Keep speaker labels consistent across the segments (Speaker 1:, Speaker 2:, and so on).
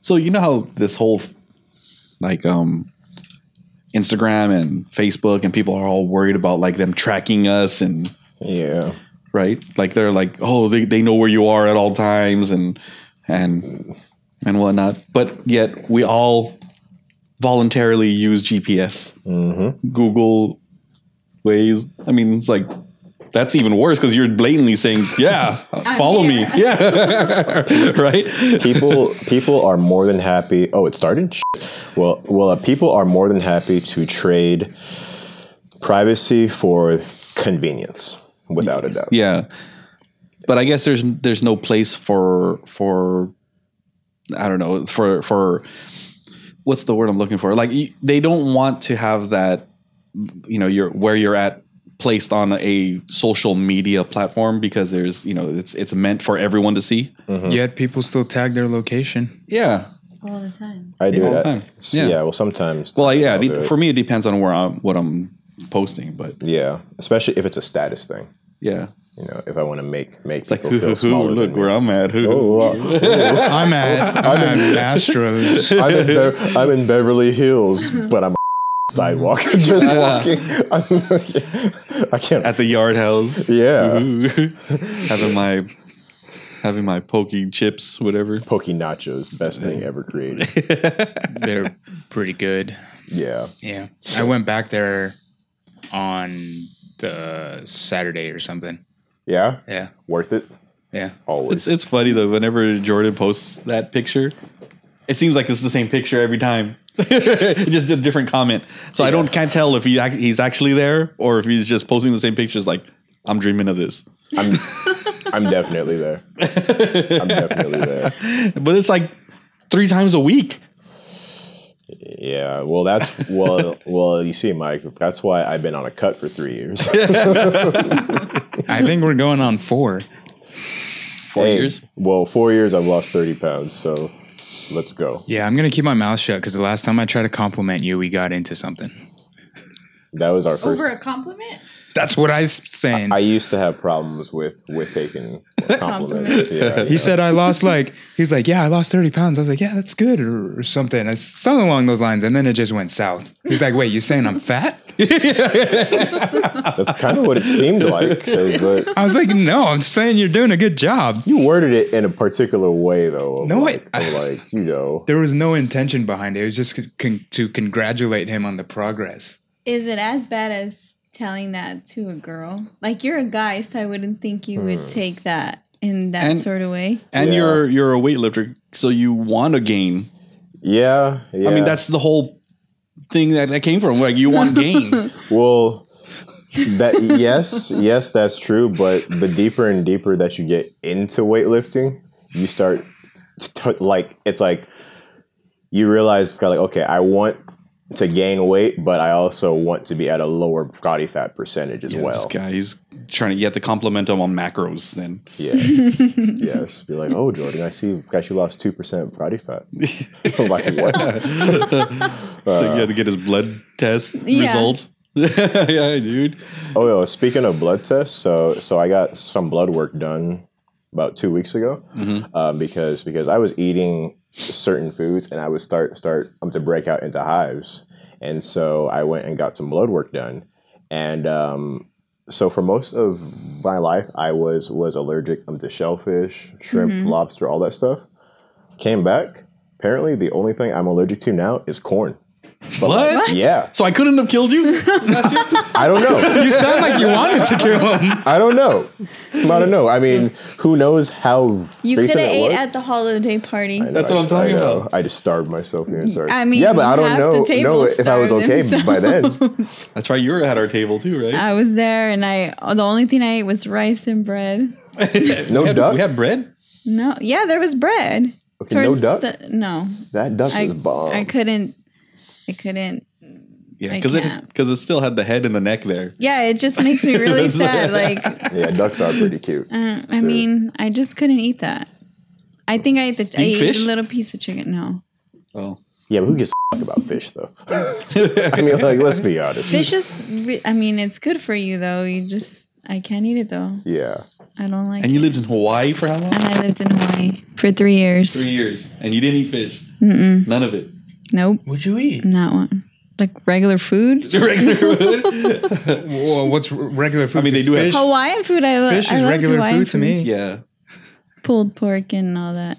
Speaker 1: So you know how this whole like um Instagram and Facebook and people are all worried about like them tracking us and
Speaker 2: Yeah.
Speaker 1: right? Like they're like, oh, they, they know where you are at all times and and and whatnot. But yet we all voluntarily use GPS, Google, Ways. I mean, it's like that's even worse because you're blatantly saying, yeah, follow me, yeah, right?
Speaker 2: People people are more than happy. Oh, it started. Shit. Well, well, uh, people are more than happy to trade privacy for convenience, without a doubt.
Speaker 1: Yeah. But I guess there's there's no place for for I don't know for for what's the word I'm looking for? Like y- they don't want to have that you know your where you're at placed on a social media platform because there's you know it's it's meant for everyone to see.
Speaker 3: Yet people still tag their location.
Speaker 1: Yeah.
Speaker 4: all the time.
Speaker 2: I do
Speaker 1: all the
Speaker 2: that.
Speaker 1: time.
Speaker 2: So,
Speaker 1: Yeah.
Speaker 2: yeah. Well, sometimes.
Speaker 1: Well, yeah.
Speaker 2: I'll
Speaker 1: it-
Speaker 2: do it.
Speaker 1: for me, it depends on where I'm what I'm posting, but
Speaker 2: yeah, especially if it's a status thing.
Speaker 1: yeah.
Speaker 2: You know, if I want to make make
Speaker 1: It's like
Speaker 2: people
Speaker 1: hoo, hoo,
Speaker 2: feel
Speaker 1: hoo,
Speaker 2: smaller.
Speaker 1: look
Speaker 2: than me.
Speaker 1: where I'm at. Hoo,
Speaker 2: Oh,
Speaker 1: hoo.
Speaker 2: wow.
Speaker 3: I'm at I'm at Astros.
Speaker 2: I'm in, Bev- I'm in Beverly Hills, but I'm a sidewalk. Just walking. I'm- I can't.
Speaker 1: At the yard house.
Speaker 2: yeah.
Speaker 1: Mm-hmm. having my having my poking chips, whatever.
Speaker 2: Pokey nachos, best thing ever created.
Speaker 3: They're pretty good.
Speaker 2: Yeah.
Speaker 3: Yeah. I went back there on the Saturday or something.
Speaker 2: Yeah.
Speaker 3: Yeah.
Speaker 2: Worth it.
Speaker 3: Yeah.
Speaker 2: Always.
Speaker 1: It's it's funny though. Whenever Jordan posts that picture, it seems like it's the same picture every time. just a different comment. So I don't can't tell if he act, he's actually there or if he's just posting the same pictures. Like I'm dreaming of this,
Speaker 2: I'm, I'm definitely there. I'm definitely there.
Speaker 1: but it's like three times a week.
Speaker 2: Yeah. Well, that's, well, well, you see, Mike, that's why I've been on a cut for three years.
Speaker 3: I think we're going on four.
Speaker 1: Four
Speaker 2: Hey,
Speaker 1: years.
Speaker 2: Well, four years, I've lost 30 pounds. So let's go.
Speaker 3: Yeah, I'm gonna keep my mouth shut because the last time I tried to compliment you, we got into something.
Speaker 2: That was our first.
Speaker 4: Over a compliment?
Speaker 3: That's what I was saying.
Speaker 2: I used to have problems with with taking compliments. yeah,
Speaker 3: he said I lost like he was like, yeah, I lost thirty pounds. I was like, yeah, that's good or, or something. I s- something along those lines, and then it just went south. He's like, wait, you saying I'm fat?
Speaker 2: That's kind of what it seemed like, 'cause, but
Speaker 3: I was like, no, I'm just saying you're doing a good job.
Speaker 2: you worded it in a particular way, though. of
Speaker 3: No,
Speaker 2: like,
Speaker 3: I-
Speaker 2: of like you know,
Speaker 3: There was no intention behind it. It was just c- con- to congratulate him on the progress.
Speaker 4: Is it as bad as telling that to a girl? Like you're a guy, so I wouldn't think you
Speaker 2: Hmm.
Speaker 4: would take that in that
Speaker 1: And-
Speaker 4: sort of way.
Speaker 1: And
Speaker 2: Yeah.
Speaker 1: you're you're a weightlifter, so you want to gain.
Speaker 2: yeah, yeah.
Speaker 1: I mean, that's the whole thing that, that came from. Like you want gains.
Speaker 2: well, that yes, yes, that's true. But the deeper and deeper that you get into weightlifting, you start to t- like it's like you realize it's kind of like okay, I want to gain weight, but I also want to be at a lower body fat percentage as
Speaker 1: Yeah,
Speaker 2: well.
Speaker 1: this guy, he's trying to. You have to compliment him on macros. Then
Speaker 2: Yeah. yes. Be like, oh, Jordan, I see. Guys, you lost two percent body fat. I'm like what?
Speaker 1: So you had to get his blood test
Speaker 4: Yeah.
Speaker 1: results. yeah, dude.
Speaker 2: Oh, yo, speaking of blood tests, so so I got some blood work done about two weeks ago um, because because I was eating certain foods and I would start start um, to break out into hives, and so I went and got some blood work done, and um, so for most of my life I was was allergic um, to shellfish, shrimp, lobster, all that stuff. Came back. Apparently, the only thing I'm allergic to now is corn. But like,
Speaker 1: What?
Speaker 2: yeah,
Speaker 1: So I couldn't have killed you.
Speaker 2: I don't know.
Speaker 3: You sound like you wanted to kill him.
Speaker 2: I don't know. I don't know. I mean, who knows how
Speaker 4: You could
Speaker 2: recent
Speaker 4: have
Speaker 2: it
Speaker 4: ate
Speaker 2: was?
Speaker 4: at the holiday party.
Speaker 1: That's what I'm
Speaker 2: I
Speaker 1: talking
Speaker 2: know.
Speaker 1: about.
Speaker 2: I just starved myself the entire.
Speaker 4: I mean,
Speaker 2: yeah, but I don't
Speaker 4: half
Speaker 2: know,
Speaker 4: the table
Speaker 2: know if I was
Speaker 4: starved
Speaker 2: okay by then.
Speaker 4: themselves.
Speaker 1: That's right. You were at our table too, right?
Speaker 4: I was there, and I the only thing I ate was rice and bread.
Speaker 2: No
Speaker 1: we had,
Speaker 2: duck.
Speaker 1: We had bread.
Speaker 4: No, yeah, there was bread.
Speaker 2: Okay, no duck.
Speaker 4: the- no,
Speaker 2: that duck
Speaker 4: I,
Speaker 2: is bomb.
Speaker 4: I couldn't. I couldn't.
Speaker 1: Yeah,
Speaker 4: I
Speaker 1: because it
Speaker 4: can't.
Speaker 1: because it still had the head and the neck there.
Speaker 4: Yeah, it just makes me really sad. Like,
Speaker 2: yeah, ducks are pretty cute.
Speaker 4: uh, I
Speaker 2: Sure.
Speaker 4: mean, I just couldn't eat that. I think I ate the I
Speaker 1: Eat
Speaker 4: ate
Speaker 1: fish?
Speaker 4: a little piece of chicken. No,
Speaker 1: Oh,
Speaker 2: Yeah, but who gives a fuck about fish though? I mean, like, let's be honest.
Speaker 4: fish is. re- I mean, it's good for you though. You just I can't eat it though.
Speaker 2: Yeah,
Speaker 4: I don't like.
Speaker 1: and you
Speaker 4: it.
Speaker 1: lived in Hawaii for how long?
Speaker 4: And I lived in Hawaii for three years.
Speaker 1: Three years, and you didn't eat fish. None of it.
Speaker 4: Nope,
Speaker 5: What'd you eat?
Speaker 4: not one. Like regular food.
Speaker 1: Regular food.
Speaker 3: Well, what's r- regular food?
Speaker 1: mean,
Speaker 3: to
Speaker 1: they do have-
Speaker 3: fish.
Speaker 4: Hawaiian food. I, lo-
Speaker 3: Fish
Speaker 4: I
Speaker 3: is
Speaker 4: loved
Speaker 3: regular
Speaker 4: Hawaiian
Speaker 3: food to me.
Speaker 1: yeah.
Speaker 4: Pulled pork and all that.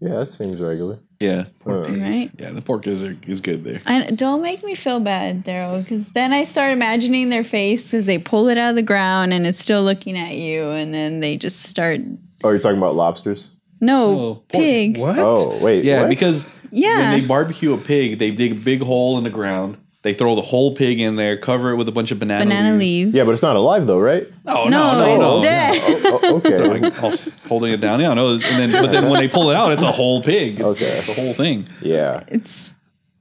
Speaker 2: Yeah, that seems regular.
Speaker 1: Yeah.
Speaker 4: Right.
Speaker 1: Yeah. The pork is is good there.
Speaker 4: I, don't make me feel bad, Daryl, because then I start imagining their face because they pull it out of the ground and it's still looking at you, and then they just start.
Speaker 2: Oh, you're talking about lobsters?
Speaker 4: No
Speaker 1: Oh, pork.
Speaker 4: pig.
Speaker 3: What?
Speaker 2: Oh, wait.
Speaker 1: Yeah,
Speaker 2: what?
Speaker 1: because
Speaker 4: Yeah.
Speaker 1: when they barbecue a pig, they dig a big hole in the ground. They throw the whole pig in there, cover it with a bunch of banana,
Speaker 4: Banana
Speaker 1: leaves.
Speaker 4: leaves.
Speaker 2: yeah, but it's not alive though, right?
Speaker 1: No,
Speaker 4: no,
Speaker 1: Oh, no, no,
Speaker 4: it's
Speaker 1: no.
Speaker 4: dead.
Speaker 2: Oh, oh, okay.
Speaker 1: Like, all s- holding it down, yeah, no, and then but then when they pull it out, it's a whole pig. It's,
Speaker 2: Okay.
Speaker 1: it's the whole thing.
Speaker 2: Yeah,
Speaker 4: It's.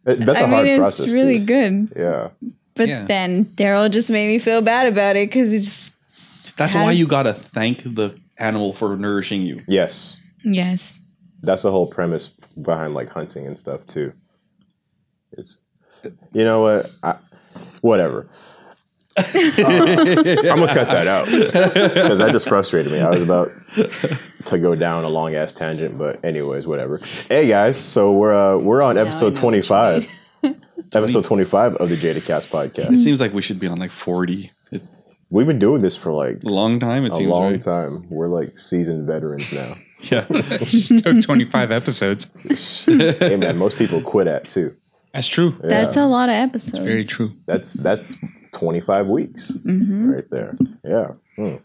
Speaker 2: It- that's a
Speaker 4: I
Speaker 2: hard
Speaker 4: mean, it's
Speaker 2: process.
Speaker 4: really
Speaker 2: too.
Speaker 4: good.
Speaker 2: Yeah,
Speaker 4: But
Speaker 1: Yeah.
Speaker 4: then Daryl just made me feel bad about it because he just
Speaker 1: That's
Speaker 4: Has-
Speaker 1: why you gotta thank the animal for nourishing you.
Speaker 2: yes,
Speaker 4: yes,
Speaker 2: that's the whole premise behind like hunting and stuff too. It's, you know what? I, whatever. Uh, I'm gonna cut that out because that just frustrated me. I was about to go down a long ass tangent, but anyways, whatever. Hey guys, so we're uh, we're on
Speaker 4: know
Speaker 2: episode
Speaker 4: what you
Speaker 2: 25. Episode 25 of the Jada Cast
Speaker 1: It
Speaker 2: podcast.
Speaker 1: seems like we should be on like forty. It,
Speaker 2: We've been doing this for like
Speaker 1: a long time. It
Speaker 2: a
Speaker 1: seems
Speaker 2: long
Speaker 1: right.
Speaker 2: time. We're like seasoned veterans now.
Speaker 1: Yeah,
Speaker 3: It just took 25 episodes.
Speaker 2: hey man, most people quit at too.
Speaker 3: That's true.
Speaker 4: that's a lot of episodes.
Speaker 3: Very true.
Speaker 2: That's that's 25 weeks right there. Yeah. Hmm.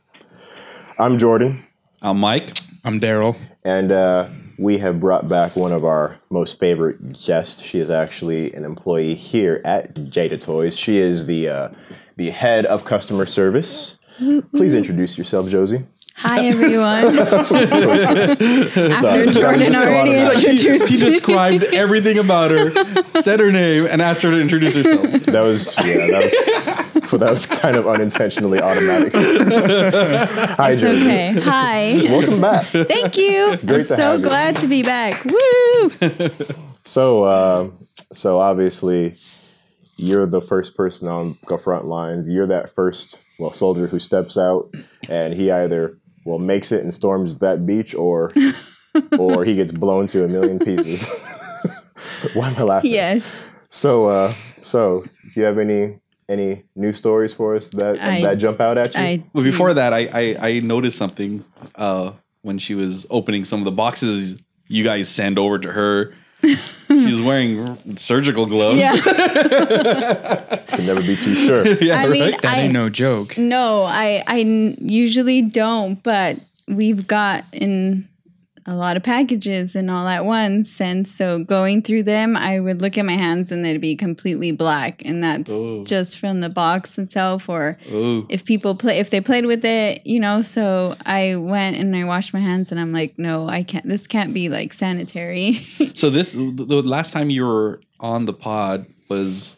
Speaker 2: I'm Jordan,
Speaker 1: I'm Mike.
Speaker 3: I'm Daryl.
Speaker 2: and uh, we have brought back one of our most favorite guests. She is actually an employee here at Jada Toys. She is the uh, the head of customer service. Please introduce yourself, Josie.
Speaker 4: Hi everyone. After
Speaker 2: Sorry.
Speaker 4: Jordan
Speaker 2: Just thought
Speaker 4: already
Speaker 2: about it.
Speaker 4: introduced
Speaker 1: He described everything about her, said her name, and asked her to introduce herself.
Speaker 2: That was yeah, that was that was kind of unintentionally automatic. Hi, Josie.
Speaker 4: Okay. Hi.
Speaker 2: Welcome back.
Speaker 4: Thank you. I'm
Speaker 2: great to have
Speaker 4: so
Speaker 2: you.
Speaker 4: glad to be back. Woo!
Speaker 2: So, uh, so obviously, you're the first person on the front lines. You're that first well soldier who steps out, and he either well makes it and storms that beach, or or he gets blown to a million pieces. Why am I laughing?
Speaker 4: Yes.
Speaker 2: So, uh, so do you have any any new stories for us that
Speaker 4: I-
Speaker 2: that jump out at you?
Speaker 4: I
Speaker 1: Well, before that, I, I I noticed something uh, when she was opening some of the boxes you guys send over to her. she was wearing surgical gloves.
Speaker 4: Yeah.
Speaker 2: Can never be too sure.
Speaker 1: Yeah,
Speaker 4: I mean,
Speaker 1: right?
Speaker 3: That
Speaker 4: I
Speaker 3: ain't no joke.
Speaker 4: no, I I n- usually don't, but we've got in a lot of packages and all at once, and so going through them, I would look at my hands and they'd be completely black, and that's
Speaker 2: Oh.
Speaker 4: just from the box itself or
Speaker 1: Ooh.
Speaker 4: if people play if they played with it you know so i went and i washed my hands and i'm like no i can't this can't be like sanitary
Speaker 1: So this the the last time you were on the pod was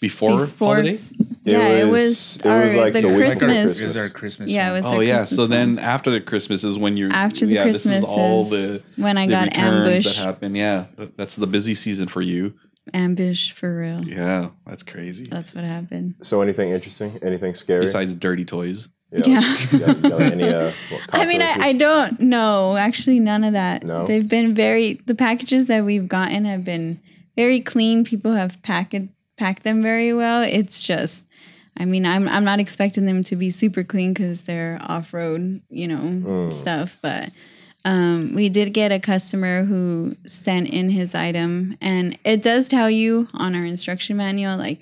Speaker 1: before,
Speaker 4: Before-
Speaker 1: holiday.
Speaker 4: yeah it was,
Speaker 2: it
Speaker 4: our,
Speaker 2: was like
Speaker 4: the
Speaker 2: the week after
Speaker 4: christmas
Speaker 2: Christmas.
Speaker 3: Is our Christmas?
Speaker 4: yeah it
Speaker 3: one.
Speaker 4: was
Speaker 1: Oh
Speaker 4: our
Speaker 1: yeah. so
Speaker 4: Christmas
Speaker 1: then
Speaker 4: one.
Speaker 1: after the Christmas is when you're
Speaker 4: after the
Speaker 1: yeah,
Speaker 4: christmas
Speaker 1: This is all the
Speaker 4: when i
Speaker 1: the
Speaker 4: got
Speaker 1: returns
Speaker 4: ambushed
Speaker 1: that happen. Yeah, that- that's the busy season for you.
Speaker 4: ambushed for real
Speaker 1: Yeah, that's crazy.
Speaker 4: that's what happened
Speaker 2: So, anything interesting? Anything scary?
Speaker 1: Besides dirty toys.
Speaker 4: yeah,
Speaker 2: Yeah, yeah, any, uh, what,
Speaker 4: I mean, I, I
Speaker 2: cockroaches?
Speaker 4: don't know. Actually, none of that.
Speaker 2: No?
Speaker 4: They've been very, the packages that we've gotten have been very clean. People have packed, packed them very well. It's just, I mean, I'm, I'm not expecting them to be super clean because they're off road, you know, stuff. But um, we did get a customer who sent in his item, and it does tell you on our instruction manual, like,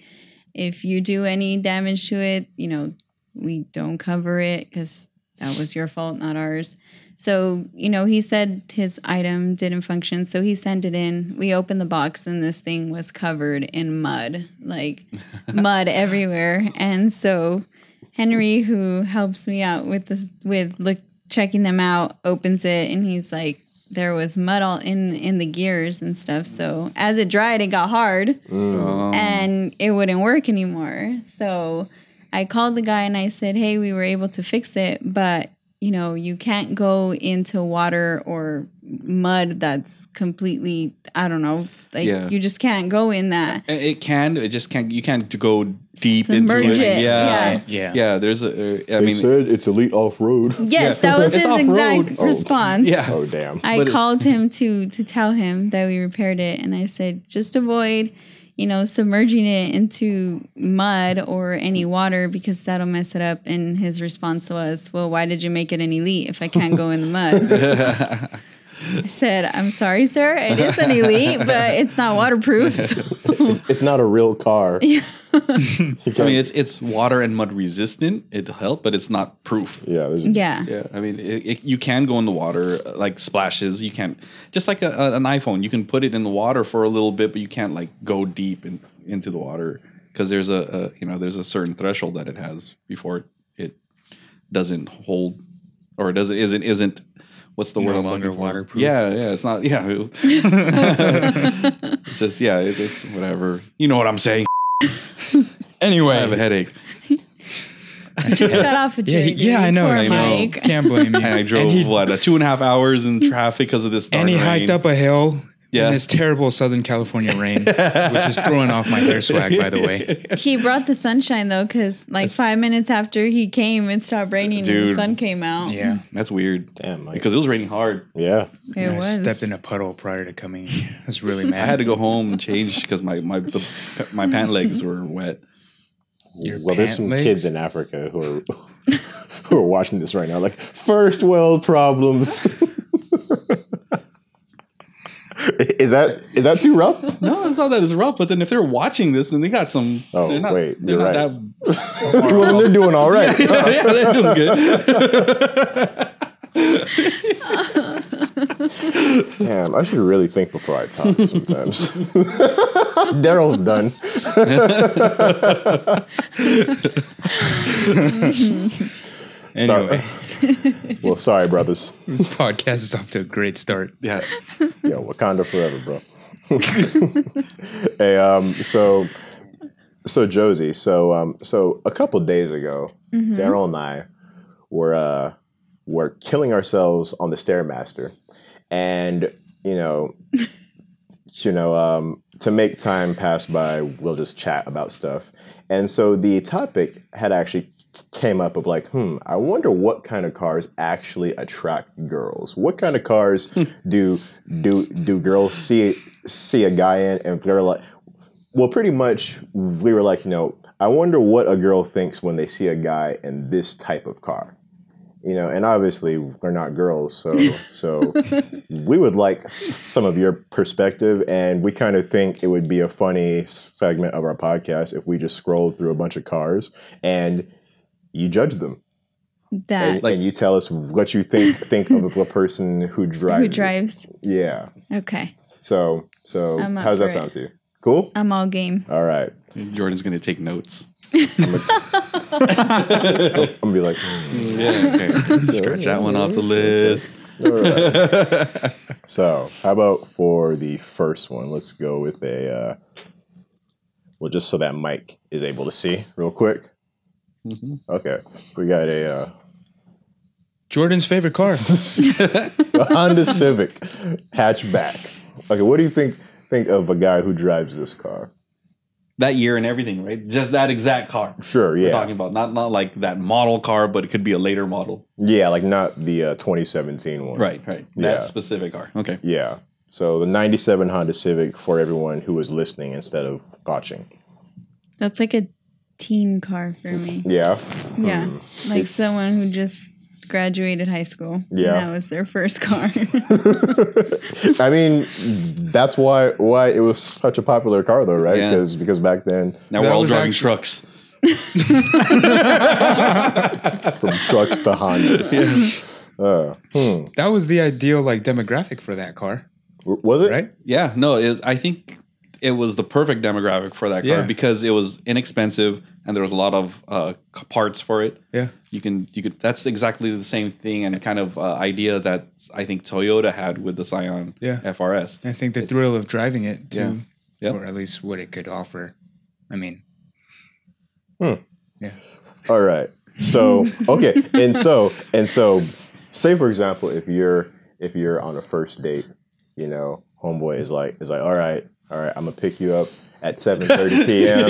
Speaker 4: if you do any damage to it, you know, we don't cover it because that was your fault, not ours. So, you know, he said his item didn't function. So he sent it in. We opened the box and this thing was covered in mud, like mud everywhere. And so Henry, who helps me out with this, with look, checking them out, opens it and he's like, there was mud all in in the gears and stuff. So as it dried, it got hard
Speaker 1: Um,
Speaker 4: and it wouldn't work anymore. So I called the guy and I said, "Hey, we were able to fix it, but you know, you can't go into water or mud that's completely, I don't know, like
Speaker 1: Yeah.
Speaker 4: you just can't go in that.
Speaker 1: It it can. It just can't. You can't go deep
Speaker 4: Submerge
Speaker 1: into
Speaker 4: it,
Speaker 1: Yeah.
Speaker 5: yeah.
Speaker 1: Yeah, There's a. Uh, I
Speaker 2: They
Speaker 1: mean,
Speaker 2: said it's elite off road.
Speaker 4: Yes,
Speaker 1: Yeah.
Speaker 4: that was
Speaker 1: It's
Speaker 4: his
Speaker 1: off-road.
Speaker 4: exact response.
Speaker 1: yeah.
Speaker 2: Oh damn!
Speaker 4: I
Speaker 1: But it-
Speaker 4: called him to to tell him that we repaired it, and I said just avoid, you know, submerging it into mud or any water because that'll mess it up. And his response was, "Well, why did you make it an elite if I can't go in the mud?" I said, "I'm sorry, sir. It is an elite, but it's not waterproof." So.
Speaker 2: It's, it's not a real car. You
Speaker 1: I
Speaker 2: can't-
Speaker 1: mean, it's it's water and mud resistant. It'll help, but it's not proof.
Speaker 2: yeah, there's-
Speaker 4: yeah.
Speaker 1: Yeah, I mean, it, it, you can go in the water uh, like splashes. You can't just like a, a- an iPhone. You can put it in the water for a little bit, but you can't like go deep in, into the water because there's a, a you know there's a certain threshold that it has before it doesn't hold or does it isn't isn't what's the
Speaker 5: No
Speaker 1: word I'm
Speaker 5: longer
Speaker 1: looking for?
Speaker 5: waterproof.
Speaker 1: Yeah, yeah, it's not. Yeah, it's just yeah, it, it's whatever. You know what I'm saying?
Speaker 3: Anyway,
Speaker 1: I have a headache.
Speaker 4: Just cut off a
Speaker 3: yeah,
Speaker 4: jig.
Speaker 3: yeah, I know.
Speaker 4: Poor
Speaker 3: I know.
Speaker 4: Mike.
Speaker 3: Can't blame you.
Speaker 1: And I drove
Speaker 3: And he,
Speaker 1: what a two and a half hours in traffic because of this.
Speaker 3: and he
Speaker 1: darn rain.
Speaker 3: hiked up a hill
Speaker 1: Yeah.
Speaker 3: in this terrible Southern California rain, which is throwing off my hair swag, by the way.
Speaker 4: He brought the sunshine though, because like five minutes after he came, it stopped raining and the
Speaker 1: Dude.
Speaker 4: sun came out.
Speaker 3: Yeah.
Speaker 1: That's weird.
Speaker 2: Damn, Mike.
Speaker 1: Because it was raining hard.
Speaker 2: yeah.
Speaker 4: it
Speaker 3: I
Speaker 4: was.
Speaker 3: stepped in a puddle prior to coming. I was really
Speaker 1: I
Speaker 3: mad.
Speaker 1: had to go home and change because my my the, my pant legs were wet.
Speaker 3: Your
Speaker 2: well, there's
Speaker 3: pant
Speaker 2: some
Speaker 3: legs?
Speaker 2: kids in Africa who are who are watching this right now. Like first world problems. is that is that too rough?
Speaker 1: No, it's not that it's rough. But then if they're watching this, then they got some.
Speaker 2: Oh,
Speaker 1: they're not,
Speaker 2: wait,
Speaker 1: they're
Speaker 2: you're
Speaker 1: not
Speaker 2: right. well, then they're doing all right.
Speaker 1: that. yeah, they're doing good.
Speaker 2: Damn, I should really think before I talk sometimes. Daryl's done.
Speaker 3: Anyway,
Speaker 2: Well, sorry, brothers.
Speaker 3: this podcast is off to a great start.
Speaker 1: Yeah,
Speaker 2: Yo, Wakanda forever, bro. hey, um, so, so Josie, so, um, so a couple days ago, Daryl and I were uh, were killing ourselves on the stairmaster, and you know, you know, um, to make time pass by, we'll just chat about stuff. And so the topic had actually came up of like, hmm, I wonder what kind of cars actually attract girls. What kind of cars do do do girls see see a guy in and they're like, well, pretty much we were like, you know, I wonder what a girl thinks when they see a guy in this type of car. You know, and obviously we're not girls, so so we would like s- some of your perspective, and we kind of think it would be a funny segment of our podcast if we just scrolled through a bunch of cars and you judge them,
Speaker 4: that
Speaker 2: and, and you tell us what you think think of the person who drives.
Speaker 4: who
Speaker 2: it.
Speaker 4: drives.
Speaker 2: Yeah.
Speaker 4: Okay,
Speaker 2: So so
Speaker 4: I'm Um, up
Speaker 2: how's that
Speaker 4: for it.
Speaker 2: sound to you? Cool.
Speaker 4: I'm all game.
Speaker 2: All right.
Speaker 1: Jordan's gonna take notes.
Speaker 2: I'm gonna be like. hmm.
Speaker 1: Yeah, okay. scratch that one off the list.
Speaker 2: So, how about for the first one? Let's go with a, uh, well, just so that Mike is able to see real quick.
Speaker 1: Mm-hmm.
Speaker 2: Okay, we got a, uh,
Speaker 3: Jordan's favorite car.
Speaker 2: a Honda Civic hatchback. Okay, what do you think think of a guy who drives this car?
Speaker 1: That year and everything, right? Just that exact car.
Speaker 2: Sure,
Speaker 1: We're
Speaker 2: yeah,
Speaker 1: talking about not not like that model car, but it could be a later model.
Speaker 2: yeah, like not the uh, 2017 one,
Speaker 1: Right, right.
Speaker 2: Yeah.
Speaker 1: That specific car. Okay.
Speaker 2: Yeah. So the '97 Honda Civic for everyone who is listening instead of watching.
Speaker 4: That's like a teen car for me.
Speaker 2: Yeah.
Speaker 4: Yeah, like someone who just graduated high school.
Speaker 2: Yeah.
Speaker 4: and that was their first car.
Speaker 2: I mean, that's why why it was such a popular car, though, right?
Speaker 1: Yeah.
Speaker 2: Because because back then,
Speaker 1: Now
Speaker 3: That
Speaker 1: we're all
Speaker 3: was
Speaker 1: driving
Speaker 3: actu-
Speaker 1: trucks.
Speaker 2: from trucks to Hondas, Uh, hmm.
Speaker 3: That was the ideal like demographic for that car,
Speaker 2: W- was it
Speaker 3: right?
Speaker 1: Yeah, no, it was, I think it was the perfect demographic for that car
Speaker 3: Yeah.
Speaker 1: because it was inexpensive and there was a lot of uh, c- parts for it.
Speaker 3: Yeah.
Speaker 1: You can you could that's exactly the same thing and kind of uh, idea that I think Toyota had with the Scion
Speaker 3: Yeah.
Speaker 1: FRS.
Speaker 3: I think the thrill of driving it, too,
Speaker 1: Yeah. Yep.
Speaker 3: or at least what it could offer. I mean,
Speaker 2: All right. So okay, and so and so, say for example, if you're if you're on a first date, you know, homeboy is like is like, all right, all right, I'm gonna pick you up at 7:30 p.m.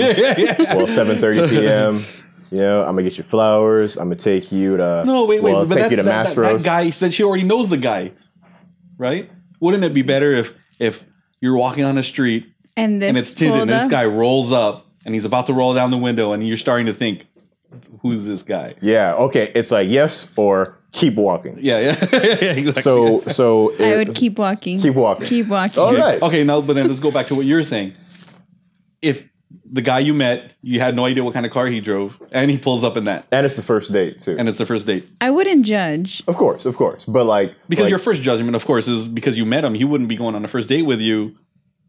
Speaker 2: Well, 7:30 p.m. You know, I'm gonna get you flowers. I'm gonna take you to
Speaker 1: No, wait, wait.
Speaker 2: Well,
Speaker 1: but
Speaker 2: take
Speaker 1: that's,
Speaker 2: you to
Speaker 1: that, that, that
Speaker 2: Maspero's.
Speaker 1: guy said she already knows the guy, right? Wouldn't it be better if if you're walking on the street
Speaker 4: And this
Speaker 1: and it's tinted and
Speaker 4: pulled
Speaker 1: this
Speaker 4: up.
Speaker 1: guy rolls up and he's about to roll down the window and you're starting to think, who's this guy?
Speaker 2: Yeah. Okay. It's like yes or keep walking.
Speaker 1: Yeah, yeah. Exactly.
Speaker 2: So so
Speaker 4: I
Speaker 2: it-
Speaker 4: would keep walking.
Speaker 2: keep walking.
Speaker 4: Keep walking.
Speaker 2: All right.
Speaker 1: Okay, now but then let's go back to what you were saying. If the guy you met, you had no idea what kind of car he drove, and he pulls up in that,
Speaker 2: And it's the first date too.
Speaker 1: and it's the first date.
Speaker 4: I wouldn't judge.
Speaker 2: of course, of course. But like
Speaker 1: Because
Speaker 2: like,
Speaker 1: your first judgment, of course, is because you met him. He wouldn't be going on a first date with you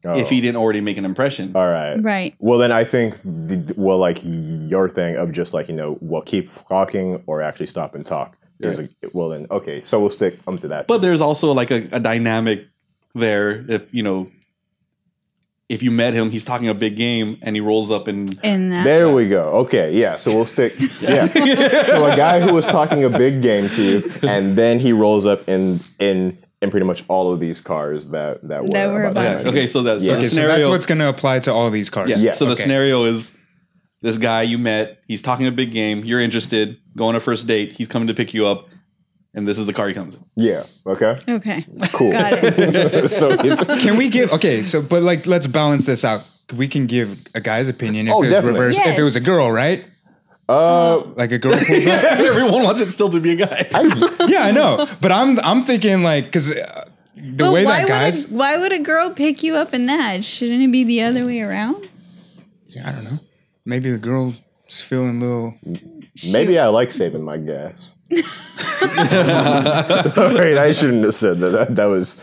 Speaker 2: oh, Uh.
Speaker 1: if he didn't already make an impression.
Speaker 2: All right.
Speaker 4: Right.
Speaker 2: Well, then I think, the, well, like your thing of just like, you know, well, keep talking or actually stop and talk. There's a, well, then, okay. So we'll stick um, to that.
Speaker 1: but there's also like a, a dynamic there. If you know, if you met him, he's talking a big game, and he rolls up and
Speaker 4: And that.
Speaker 2: there we go. Okay. Yeah. So we'll stick. Yeah. so a guy who was talking a big game to you and then he rolls up in, in, in pretty much all of these cars that, that were,
Speaker 4: That
Speaker 2: about
Speaker 4: were
Speaker 2: to
Speaker 4: about
Speaker 1: okay,
Speaker 2: happen.
Speaker 1: Oh, okay, so that so
Speaker 2: Yeah.
Speaker 1: the
Speaker 3: Okay, so
Speaker 1: scenario.
Speaker 3: that's what's going to apply to all these cards.
Speaker 1: yeah,
Speaker 2: Yeah,
Speaker 1: So the
Speaker 3: okay.
Speaker 1: scenario is this guy you met, he's talking a big game. You're interested. Go on a first date. He's coming to pick you up, and this is the car he comes. in.
Speaker 2: Yeah. Okay.
Speaker 4: Okay.
Speaker 2: Cool.
Speaker 4: Got it.
Speaker 2: so if-
Speaker 3: Can we give okay? So, but like, let's balance this out. We can give a guy's opinion if
Speaker 2: Oh,
Speaker 3: it was
Speaker 2: definitely.
Speaker 3: reversed. If
Speaker 4: Yes.
Speaker 3: it was a girl, right?
Speaker 4: Oh,
Speaker 2: uh,
Speaker 3: Like a girl pulls up.
Speaker 1: Everyone wants it still to be a guy.
Speaker 3: yeah, I know. But I'm I'm thinking like because uh, the
Speaker 4: But
Speaker 3: way
Speaker 4: why
Speaker 3: that guys,
Speaker 4: would a, why would a girl pick you up in that? Shouldn't it be the other way around?
Speaker 3: I don't know. Maybe the girl's feeling a little.
Speaker 2: maybe I like saving my gas. All right. I shouldn't have said that. That, that was,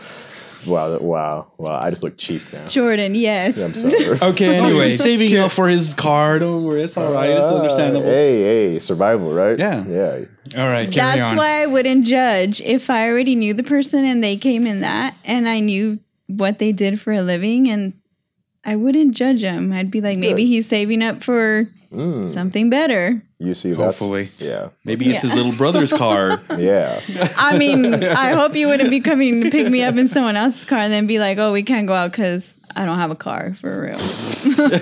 Speaker 2: wow. that- Wow. Wow. I just look cheap now.
Speaker 4: Jordan, yes.
Speaker 2: I'm sorry.
Speaker 3: Okay, anyway,
Speaker 1: saving up for his car. Don't worry, it's all right. It's understandable.
Speaker 2: Hey, hey, survival, right?
Speaker 1: Yeah.
Speaker 2: Yeah.
Speaker 3: all right, carry
Speaker 4: That's
Speaker 3: on.
Speaker 4: why I wouldn't judge if I already knew the person and they came in that and I knew what they did for a living and I wouldn't judge him. I'd be like, maybe
Speaker 2: Good.
Speaker 4: he's saving up for something better.
Speaker 2: You see that?
Speaker 3: Hopefully,
Speaker 2: Yeah.
Speaker 1: Maybe it's his little brother's car.
Speaker 2: Yeah.
Speaker 4: I mean, I hope you wouldn't be coming to pick me up in someone else's car and then be like, oh, we can't go out because I don't have a car for real.
Speaker 1: What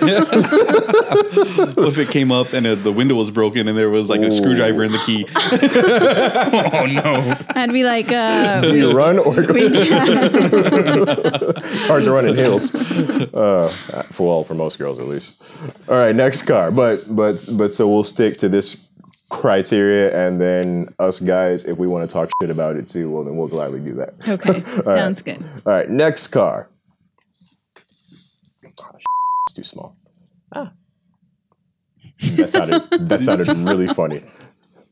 Speaker 1: if it came up and uh the window was broken and there was like a screwdriver in the key?
Speaker 3: Oh,
Speaker 4: I'd be like, uh,
Speaker 2: Do you run or it's hard to run in hills. Uh, for well, for most girls at least. All right, next car. But but but so we'll stick to this criteria and then us guys, if we want to talk shit about it too, well then we'll gladly do that.
Speaker 4: okay, sounds good.
Speaker 2: All right, next car. It's too small. Ah. That sounded that sounded really funny.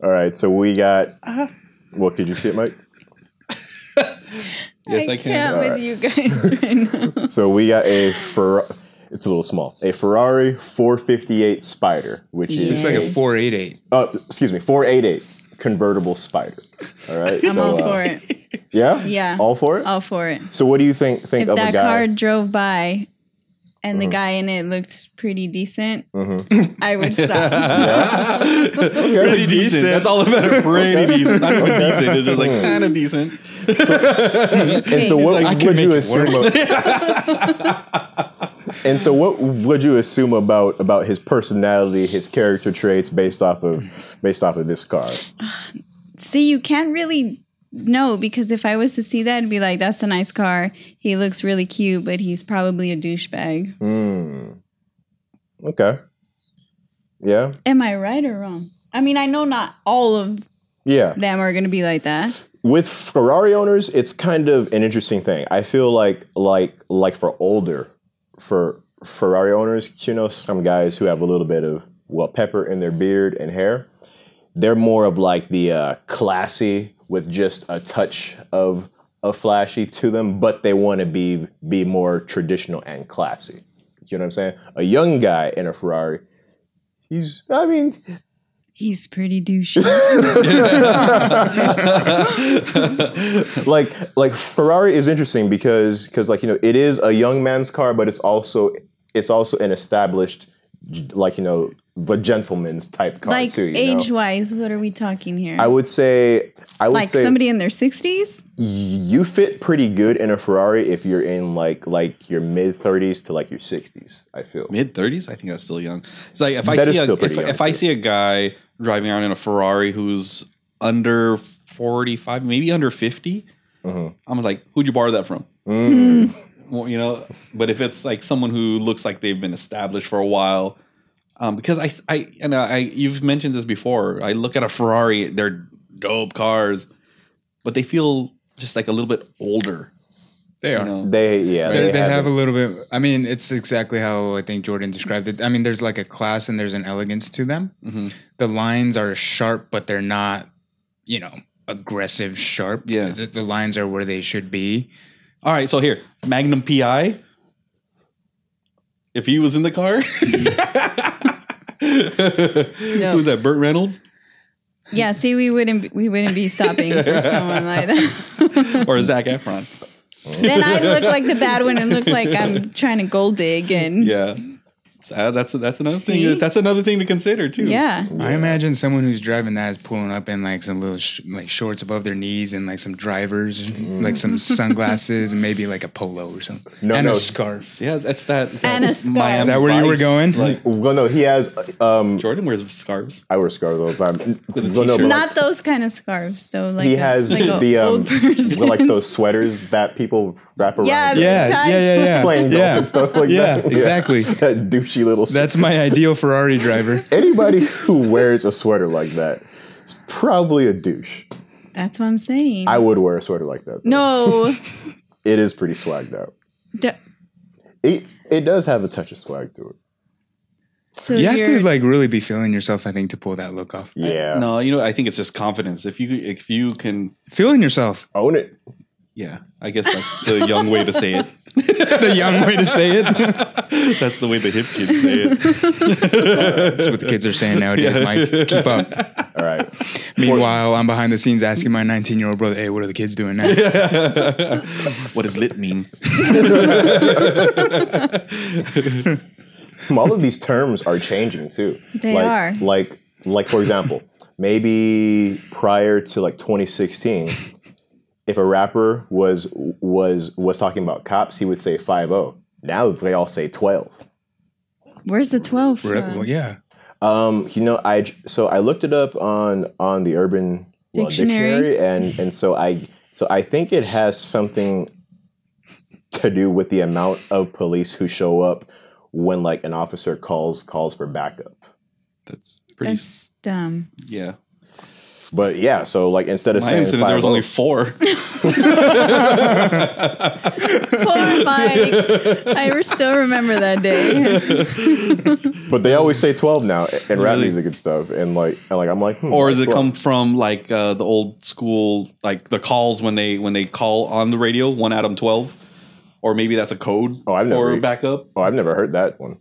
Speaker 2: All right, so we got. What could you see it, Mike?
Speaker 1: Yes, I,
Speaker 4: I
Speaker 1: can.
Speaker 4: can't with you guys right now.
Speaker 2: So we got a Fer- It's a little small. A Ferrari 458 Spider, which
Speaker 3: it's
Speaker 2: is
Speaker 3: like a four eight eight.
Speaker 2: uh, excuse me, 488 convertible Spider. All right,
Speaker 4: I'm all
Speaker 2: uh,
Speaker 4: for it.
Speaker 2: Yeah,
Speaker 4: Yeah.
Speaker 2: all for it.
Speaker 4: All for it.
Speaker 2: so what do you think? Think
Speaker 4: if
Speaker 2: of
Speaker 4: that
Speaker 2: a guy. Mm-hmm.
Speaker 4: car drove by and the guy in it looked pretty decent, I would stop.
Speaker 1: Pretty decent. That's all that matters. Pretty decent. Not even decent. It's just like kind of decent.
Speaker 2: And so, what
Speaker 3: I can
Speaker 2: would
Speaker 3: make
Speaker 2: you
Speaker 3: it work.
Speaker 2: assume? a- and so, what would you assume about about his personality, his character traits, based off of based off of this car?
Speaker 4: see, you can't really know because if I was to see that, I'd be like, that's a nice car. He looks really cute, but he's probably a douchebag.
Speaker 2: Mm. Hmm. Okay. Yeah.
Speaker 4: Am I right or wrong? I mean, I know not all of
Speaker 2: Yeah.
Speaker 4: them are going to be like that.
Speaker 2: with Ferrari owners, it's kind of an interesting thing. I feel like like like for older for Ferrari owners, you know, some guys who have a little bit of well pepper in their beard and hair, they're more of like the uh, classy with just a touch of a flashy to them, but they want to be be more traditional and classy. You know what I'm saying? A young guy in a Ferrari, he's I mean,
Speaker 4: He's pretty douchey.
Speaker 2: like like Ferrari is interesting because because like you know it is a young man's car, but it's also it's also an established like you know the gentleman's type car
Speaker 4: like
Speaker 2: too. You
Speaker 4: age
Speaker 2: know?
Speaker 4: wise, what are we talking here?
Speaker 2: I would say I would
Speaker 4: like
Speaker 2: say
Speaker 4: somebody in their sixties.
Speaker 2: you fit pretty good in a Ferrari if you're in like like your mid 30s to like your 60s. I feel
Speaker 1: mid thirties. I think that's still young. It's like if I
Speaker 2: That is
Speaker 1: see a,
Speaker 2: still pretty
Speaker 1: if,
Speaker 2: young,
Speaker 1: if I
Speaker 2: too.
Speaker 1: see a guy driving around in a Ferrari who's under forty five, maybe under 50
Speaker 2: Uh-huh.
Speaker 1: I'm like, who'd you borrow that from?
Speaker 2: Mm-hmm.
Speaker 1: Well, you know, but if it's like someone who looks like they've been established for a while, um, because I I and I you've mentioned this before. I look at a Ferrari; they're dope cars, but they feel just like a little bit older.
Speaker 3: They
Speaker 1: You
Speaker 3: are.
Speaker 1: know,
Speaker 2: they yeah
Speaker 3: They, they have a
Speaker 2: it.
Speaker 3: little bit. I mean, it's exactly how I think Jordan described it. I mean, there's like a class and there's an elegance to them.
Speaker 1: Mhm.
Speaker 3: The lines are sharp, but they're not, you know, aggressive sharp.
Speaker 1: Yeah.
Speaker 3: The, the lines are where they should be.
Speaker 1: All right, so here, Magnum PI. If he was in the car, who's that? Burt Reynolds,
Speaker 4: Yeah, see, we wouldn't be- we wouldn't be stopping for someone like that.
Speaker 1: or Zach Efron?
Speaker 4: then I look like the bad one and look like I'm trying to gold dig and
Speaker 1: Yeah, So, uh, that's that's another
Speaker 4: See?
Speaker 1: thing. That's another thing to consider too.
Speaker 4: yeah.
Speaker 3: I imagine someone who's driving that is pulling up in like some little sh- like shorts above their knees and like some drivers, like some sunglasses, and maybe like a polo or something,
Speaker 2: No,
Speaker 3: and
Speaker 2: no.
Speaker 3: a scarf.
Speaker 1: yeah, that's that. that
Speaker 4: And a scarf.
Speaker 1: Miami
Speaker 4: Is
Speaker 3: that where you were
Speaker 1: Vice,
Speaker 3: going?
Speaker 1: Like
Speaker 2: Well, no, he has um
Speaker 1: Jordan wears scarves.
Speaker 2: I wear scarves all the time.
Speaker 1: With a
Speaker 2: Well, no,
Speaker 1: t-shirt.
Speaker 2: but, like,
Speaker 4: Not those kind of scarves though. Like
Speaker 2: he
Speaker 4: a-
Speaker 2: has
Speaker 4: like a
Speaker 2: the um
Speaker 4: old person.
Speaker 2: well, like those sweaters that people wrap around.
Speaker 4: Yeah,
Speaker 2: their
Speaker 4: the
Speaker 3: Yeah,
Speaker 4: tights.
Speaker 3: yeah, yeah, yeah.
Speaker 2: playing golf
Speaker 3: yeah.
Speaker 2: and stuff like
Speaker 3: Yeah,
Speaker 2: that.
Speaker 3: exactly.
Speaker 2: That douchey little.
Speaker 3: That's my ideal Ferrari driver.
Speaker 2: anybody who wears a sweater like that is probably a douche.
Speaker 4: That's what I'm saying.
Speaker 2: I would wear a sweater like that. though.
Speaker 4: no.
Speaker 2: it is pretty swagged out.
Speaker 4: D-
Speaker 2: It it does have a touch of swag to it.
Speaker 4: so
Speaker 3: You have to
Speaker 4: you're-
Speaker 3: like really be feeling yourself, I think, to pull that look off.
Speaker 2: Yeah,
Speaker 1: No, you know, I think it's just confidence. If you if you can,
Speaker 3: Feeling yourself.
Speaker 2: own it.
Speaker 1: yeah, I guess that's the young way to say it.
Speaker 3: the young way to say it.
Speaker 1: That's the way the hip kids say it.
Speaker 3: That's what the kids are saying nowadays, Mike. Keep up.
Speaker 2: All right.
Speaker 3: Meanwhile, I'm behind the scenes asking my 19 year old brother, hey, what are the kids doing now?
Speaker 1: What does lit mean?
Speaker 2: all of these terms are changing too.
Speaker 4: They
Speaker 2: like,
Speaker 4: are.
Speaker 2: Like, like for example, maybe prior to like 2016, if a rapper was was was talking about cops, he would say 50. Now they all say 12.
Speaker 4: where's the twelve from?
Speaker 3: well, yeah.
Speaker 2: Um, you know, I j- so I looked it up on on the Urban well,
Speaker 4: Dictionary.
Speaker 2: dictionary. and and so I so I think it has something to do with the amount of police who show up when like an officer calls calls for backup.
Speaker 1: That's pretty. s-
Speaker 4: That's dumb.
Speaker 1: Yeah.
Speaker 2: But yeah, so like instead of
Speaker 1: My
Speaker 2: saying
Speaker 1: incident,
Speaker 2: five, oh
Speaker 1: there was only four.
Speaker 4: Poor Mike. I re- still remember that day.
Speaker 2: but they always say twelve now in rap
Speaker 1: Really?
Speaker 2: music and stuff, and like and like I'm like, hmm,
Speaker 1: or does it
Speaker 2: 12.
Speaker 1: come from like uh, the old school, like the calls when they when they call on the radio, one Adam twelve, or maybe that's a code
Speaker 2: Oh, I've
Speaker 1: for
Speaker 2: never-
Speaker 1: backup.
Speaker 2: Oh, I've never heard that one.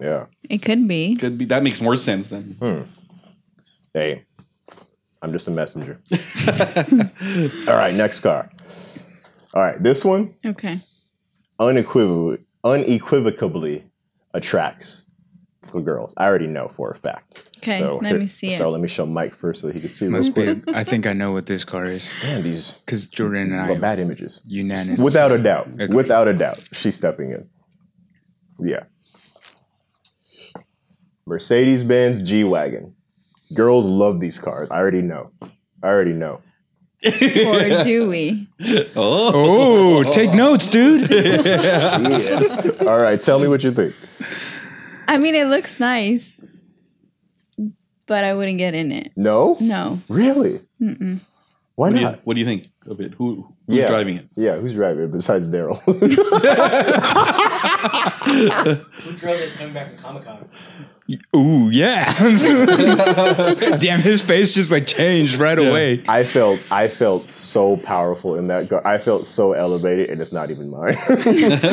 Speaker 2: Yeah,
Speaker 4: It could be.
Speaker 1: Could be that makes more sense then.
Speaker 2: hey, I'm just a messenger. All right, next car. All right, this one
Speaker 4: Okay.
Speaker 2: unequivocally, unequivocally attracts for girls. I already know for a fact.
Speaker 4: Okay, let me see it.
Speaker 2: So let me show Mike first so he can see real
Speaker 3: Must
Speaker 2: quick.
Speaker 3: be. I think I know what this car is
Speaker 2: Damn, these
Speaker 3: because Jordan and I
Speaker 2: little
Speaker 3: are
Speaker 2: bad images.
Speaker 3: unanimous.
Speaker 2: Without a doubt.
Speaker 3: Agreed.
Speaker 2: Without a doubt. She's stepping in. Yeah. Mercedes Benz G Wagon. Girls love these cars. I already know. I already know.
Speaker 4: Or do we?
Speaker 1: Oh,
Speaker 3: Oh, take notes, dude.
Speaker 2: Yeah. All right, tell me what you think.
Speaker 4: I mean, it looks nice, but I wouldn't get in it.
Speaker 2: No?
Speaker 4: No.
Speaker 2: Really?
Speaker 4: Mm-mm.
Speaker 2: Why
Speaker 1: what do, you,
Speaker 2: not?
Speaker 1: what do you think of it? Who who's
Speaker 2: Yeah.
Speaker 1: driving it?
Speaker 2: Yeah, who's driving it besides Daryl?
Speaker 5: Who drove it coming back from Comic Con?
Speaker 3: Ooh, yeah. Damn, his face just like changed right away.
Speaker 2: I felt I felt so powerful in that. Go- I felt so elevated, and it's not even mine.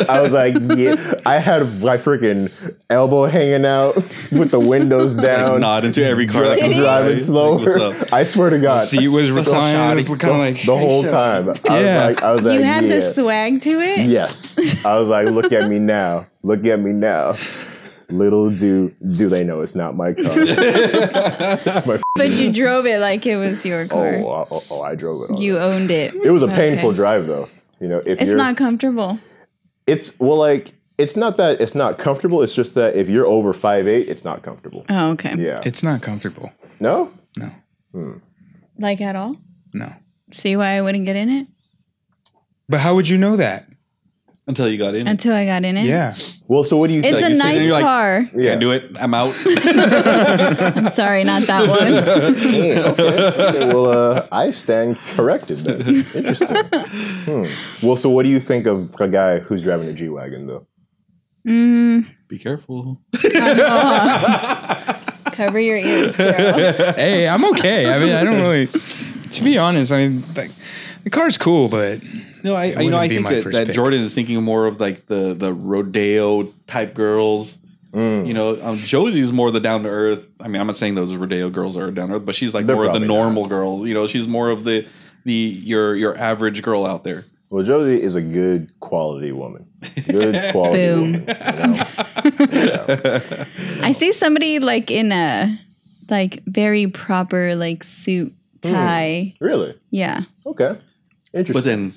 Speaker 2: I was like, yeah. I had my freaking elbow hanging out with the windows down,
Speaker 1: Nod into every car that
Speaker 2: dri-
Speaker 1: comes by.
Speaker 2: Oh, driving
Speaker 1: Like,
Speaker 2: slower.
Speaker 1: what's up?
Speaker 2: I swear to God,
Speaker 3: Seat was reclined. It's
Speaker 1: shoddy.
Speaker 3: kind of like
Speaker 2: the whole time. I
Speaker 3: Yeah.
Speaker 2: was like, I was like,
Speaker 4: You had
Speaker 2: yeah.
Speaker 4: the swag to it?
Speaker 2: yes. I was like, look at me now, look at me now. Little do do they know it's not my car. it's my. f-
Speaker 4: But you drove it like it was your
Speaker 2: Oh,
Speaker 4: car.
Speaker 2: oh, oh, oh, I drove it. all
Speaker 4: You
Speaker 2: right.
Speaker 4: owned it.
Speaker 2: It was a painful
Speaker 4: Okay.
Speaker 2: drive though. You know, if
Speaker 4: It's
Speaker 2: you're,
Speaker 4: not comfortable.
Speaker 2: it's well, like it's not that it's not comfortable. It's just that if you're over five eight, it's not comfortable.
Speaker 4: Oh, okay.
Speaker 2: Yeah.
Speaker 3: It's not comfortable.
Speaker 2: no.
Speaker 3: No,
Speaker 4: Like at all?
Speaker 3: no.
Speaker 4: See why I wouldn't get in it
Speaker 3: But how would you know that?
Speaker 1: until you got in. it.
Speaker 4: until I got in it.
Speaker 3: Yeah.
Speaker 2: Well, so what do you
Speaker 4: It's
Speaker 2: think?
Speaker 1: you
Speaker 4: a
Speaker 1: sit there,
Speaker 4: nice
Speaker 1: you're like-
Speaker 4: car.
Speaker 2: Yeah.
Speaker 1: Can't do it. I'm out.
Speaker 4: I'm sorry, not that one.
Speaker 2: Yeah, okay. Okay, well, uh, I stand corrected then. Interesting. Hmm. Well, so what do you think of a guy who's driving a G wagon though?
Speaker 4: Mm,
Speaker 1: Be careful.
Speaker 4: cover your ears. Daryl.
Speaker 3: hey, I'm okay. I mean, I don't really. To be honest, I mean, like, the car's cool, but
Speaker 1: No, I, I you
Speaker 3: wouldn't
Speaker 1: know I
Speaker 3: be
Speaker 1: think
Speaker 3: my
Speaker 1: that,
Speaker 3: first
Speaker 1: that
Speaker 3: pick.
Speaker 1: Jordan is thinking more of like the the rodeo type girls.
Speaker 2: Mm.
Speaker 1: You know, um, Josie's more the down to earth. I mean, I'm not saying those rodeo girls are down to earth, but she's like
Speaker 2: They're
Speaker 1: more of the
Speaker 2: probably not.
Speaker 1: normal girls. You know, she's more of the the your your average girl out there.
Speaker 2: Well, Josie is a good quality woman. Good quality
Speaker 4: Boom.
Speaker 2: woman. You know?
Speaker 4: I see somebody like in a like very proper like suit tie.
Speaker 2: Really?
Speaker 4: Yeah.
Speaker 2: Okay. Interesting.
Speaker 1: But then